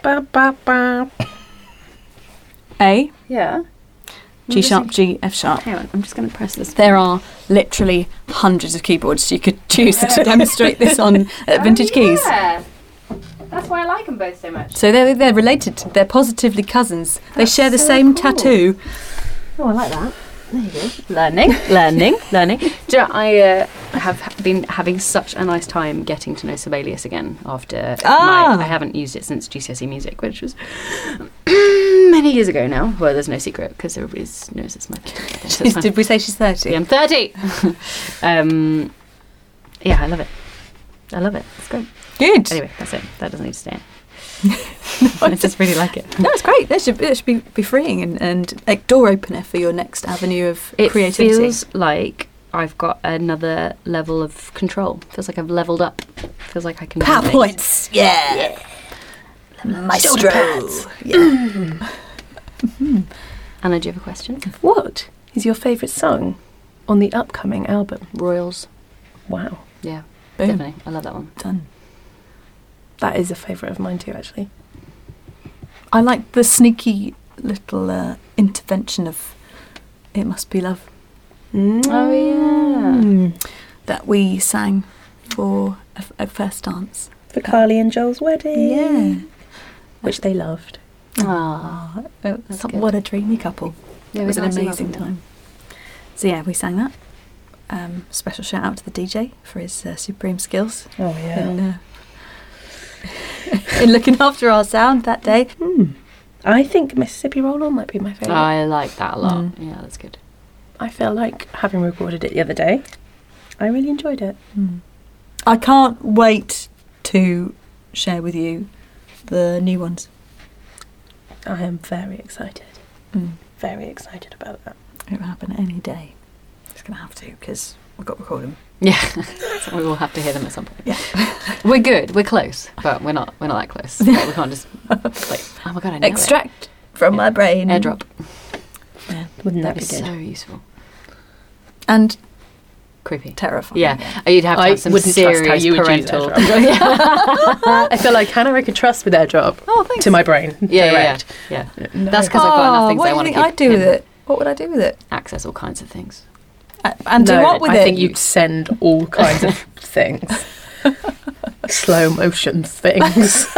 Speaker 4: Ba ba ba.
Speaker 3: A
Speaker 2: Yeah.
Speaker 3: G sharp, G F sharp.
Speaker 2: Hang on. I'm just going to press this.
Speaker 3: There are literally hundreds of keyboards you could choose to demonstrate this on at Vintage Keys.
Speaker 2: Oh, Yeah. That's why I like them both so much.
Speaker 3: So they're, they're related. They're positively cousins. they share the same tattoo.
Speaker 2: Oh, I like that. There you go. Learning, learning, learning. Do you know, I uh, have ha- been having such a nice time getting to know Sibelius again after
Speaker 6: Ah.
Speaker 2: my, I haven't used it since GCSE E music, which was many years ago now. Well, there's no secret because everybody knows it's my thing. So it's fine.
Speaker 3: Did we say she's 30?
Speaker 2: Yeah, I'm 30. um, yeah, I love it. I love it. It's great.
Speaker 3: Good.
Speaker 2: Anyway, that's it. That doesn't need to stay in. I just really like it.
Speaker 3: No, it's great. That should, that should be, be freeing and, and a door opener for your next avenue of
Speaker 2: it
Speaker 3: creativity.
Speaker 2: feels like I've got another level of control. Feels like I've leveled up. Feels like I can. do things.
Speaker 3: PowerPoints. Yeah. Maestro. Yeah.
Speaker 2: Anna, do you have a question?
Speaker 4: What is your favourite song on the upcoming album?
Speaker 2: Royals.
Speaker 4: Wow.
Speaker 2: Yeah,
Speaker 3: Boom.
Speaker 2: definitely. I love that one.
Speaker 3: Done.
Speaker 4: That is a favourite of mine too, actually.
Speaker 3: I like the sneaky little uh, intervention of It Must Be Love
Speaker 2: Oh yeah.
Speaker 4: Mm.
Speaker 3: that we sang for a, f- a first dance.
Speaker 4: For Carly and Joel's wedding.
Speaker 3: Yeah.
Speaker 4: Which they loved.
Speaker 2: Ah, That's good.
Speaker 3: what a dreamy couple.
Speaker 2: yeah,
Speaker 3: Oh. It was an
Speaker 2: nice and
Speaker 3: amazing
Speaker 2: lovely.
Speaker 3: time. So yeah, we sang that. Um, special shout out to the DJ for his uh, supreme skills
Speaker 4: Oh,
Speaker 3: in, uh, in looking after our sound that day.
Speaker 4: Hmm. I think Mississippi Roll On might be my favourite.
Speaker 2: I like that a lot.
Speaker 3: Mm.
Speaker 2: Yeah, that's good.
Speaker 4: I feel like having recorded it the other day, I really enjoyed it.
Speaker 3: Hmm. I can't wait to share with you the new ones.
Speaker 4: I am very excited.
Speaker 2: Hmm.
Speaker 3: Mm.
Speaker 4: Very excited about that.
Speaker 3: It will happen any day. It's going to have to because we've got to record them.
Speaker 2: Yeah, so we will have to hear them at some point.
Speaker 3: Yeah.
Speaker 2: we're good. We're close, but we're not. We're not that close. Like, we can't just like. Oh my god, I know
Speaker 3: Extract from my brain.
Speaker 2: it. Airdrop.
Speaker 4: Wouldn't that
Speaker 2: That'd
Speaker 4: be
Speaker 2: be
Speaker 4: good?
Speaker 2: so useful.
Speaker 3: And
Speaker 2: Creepy.
Speaker 3: terrifying.
Speaker 2: Yeah, you'd have to have some serious parental.
Speaker 4: I feel like Hannah, I could trust with airdrop
Speaker 3: Oh, thanks. Ah,
Speaker 4: to my brain.
Speaker 2: yeah, yeah,
Speaker 4: direct.
Speaker 2: yeah, yeah. That's because I've got enough things
Speaker 3: what
Speaker 2: I want
Speaker 3: Oh, do
Speaker 2: to
Speaker 3: you think I do with it? What would I do with it?
Speaker 2: access all kinds of things.
Speaker 3: A- And do
Speaker 4: No,
Speaker 3: what with
Speaker 4: I
Speaker 3: it?
Speaker 4: think you'd send all kinds of things. slow motion things.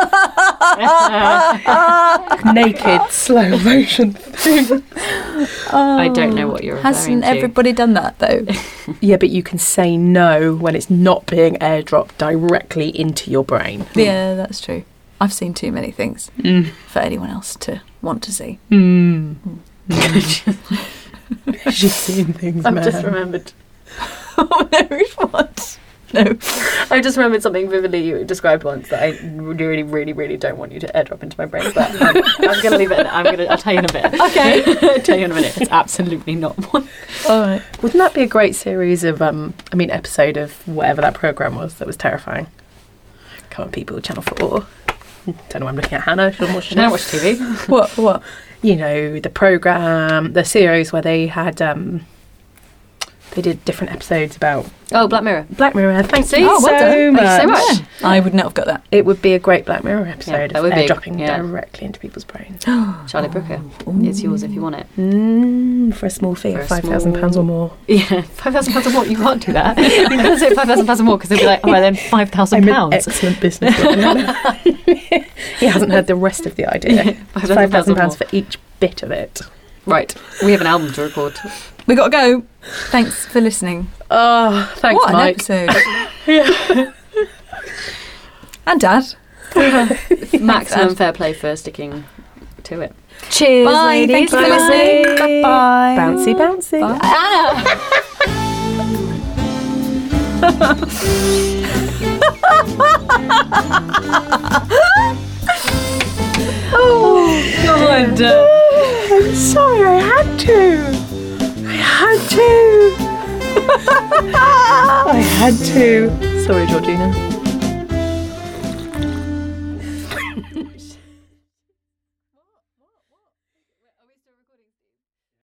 Speaker 4: Naked slow motion things.
Speaker 2: I don't know what you're referring
Speaker 3: Hasn't
Speaker 2: to.
Speaker 3: everybody done that though?
Speaker 4: Yeah, but you can say no when it's not being airdropped directly into your brain.
Speaker 3: yeah, that's true. I've seen too many things for anyone else to want to see.
Speaker 4: Mm. She's seen things.
Speaker 5: I've
Speaker 4: man.
Speaker 5: just remembered.
Speaker 3: oh no, which ones? No.
Speaker 5: I just remembered something vividly you described once that I really, really, really don't want you to airdrop into my brain. But um,
Speaker 2: I'm going to leave it. at that. I'm going to. I'll tell you in a bit.
Speaker 3: Okay.
Speaker 2: I'll tell you in a minute. It's absolutely not one.
Speaker 3: All right.
Speaker 4: Wouldn't that be a great series of, um, I mean, episode of whatever that program was that was terrifying? Come on, people, Channel 4. Don't know why I'm looking at Hannah. She'll watch
Speaker 2: Should I watch TV?
Speaker 3: What? What?
Speaker 4: you know the program the series where they had um they did different episodes about
Speaker 2: Oh, Black Mirror.
Speaker 4: Black Mirror. Thank
Speaker 2: See?
Speaker 4: you
Speaker 2: Oh,
Speaker 4: so,
Speaker 2: well done.
Speaker 4: much.
Speaker 2: Thank you so much.
Speaker 3: I would not have got that.
Speaker 4: It would be a great Black Mirror episode
Speaker 2: that
Speaker 4: if
Speaker 2: would
Speaker 4: they're
Speaker 2: be,
Speaker 4: dropping
Speaker 2: yeah.
Speaker 4: directly into people's brains.
Speaker 2: Charlie Brooker. It's yours if you want it.
Speaker 4: Mm, for a small fee
Speaker 2: For
Speaker 4: of
Speaker 2: a
Speaker 4: five thousand pounds or
Speaker 2: small-
Speaker 4: more.
Speaker 2: Yeah, five thousand pounds or more. You can't do that. you can't say five thousand pounds or more because they'll be like, all right, then five thousand
Speaker 4: I'm an
Speaker 2: pounds.
Speaker 4: excellent businessman. he hasn't heard the rest of the idea. It's five thousand pounds for each bit of it.
Speaker 2: Right, we have an album to record.
Speaker 3: We gotta go. Thanks for listening.
Speaker 4: Oh, thanks,
Speaker 3: what
Speaker 4: Mike.
Speaker 3: an episode. and Dad.
Speaker 2: Maximum fair play for sticking to it.
Speaker 3: Cheers. Bye. Thank you for
Speaker 4: Bye.
Speaker 3: listening. Bye.
Speaker 4: Bouncy, bouncy. Oh, I'm sorry, I had to. I had to. I had to. Sorry, Georgina.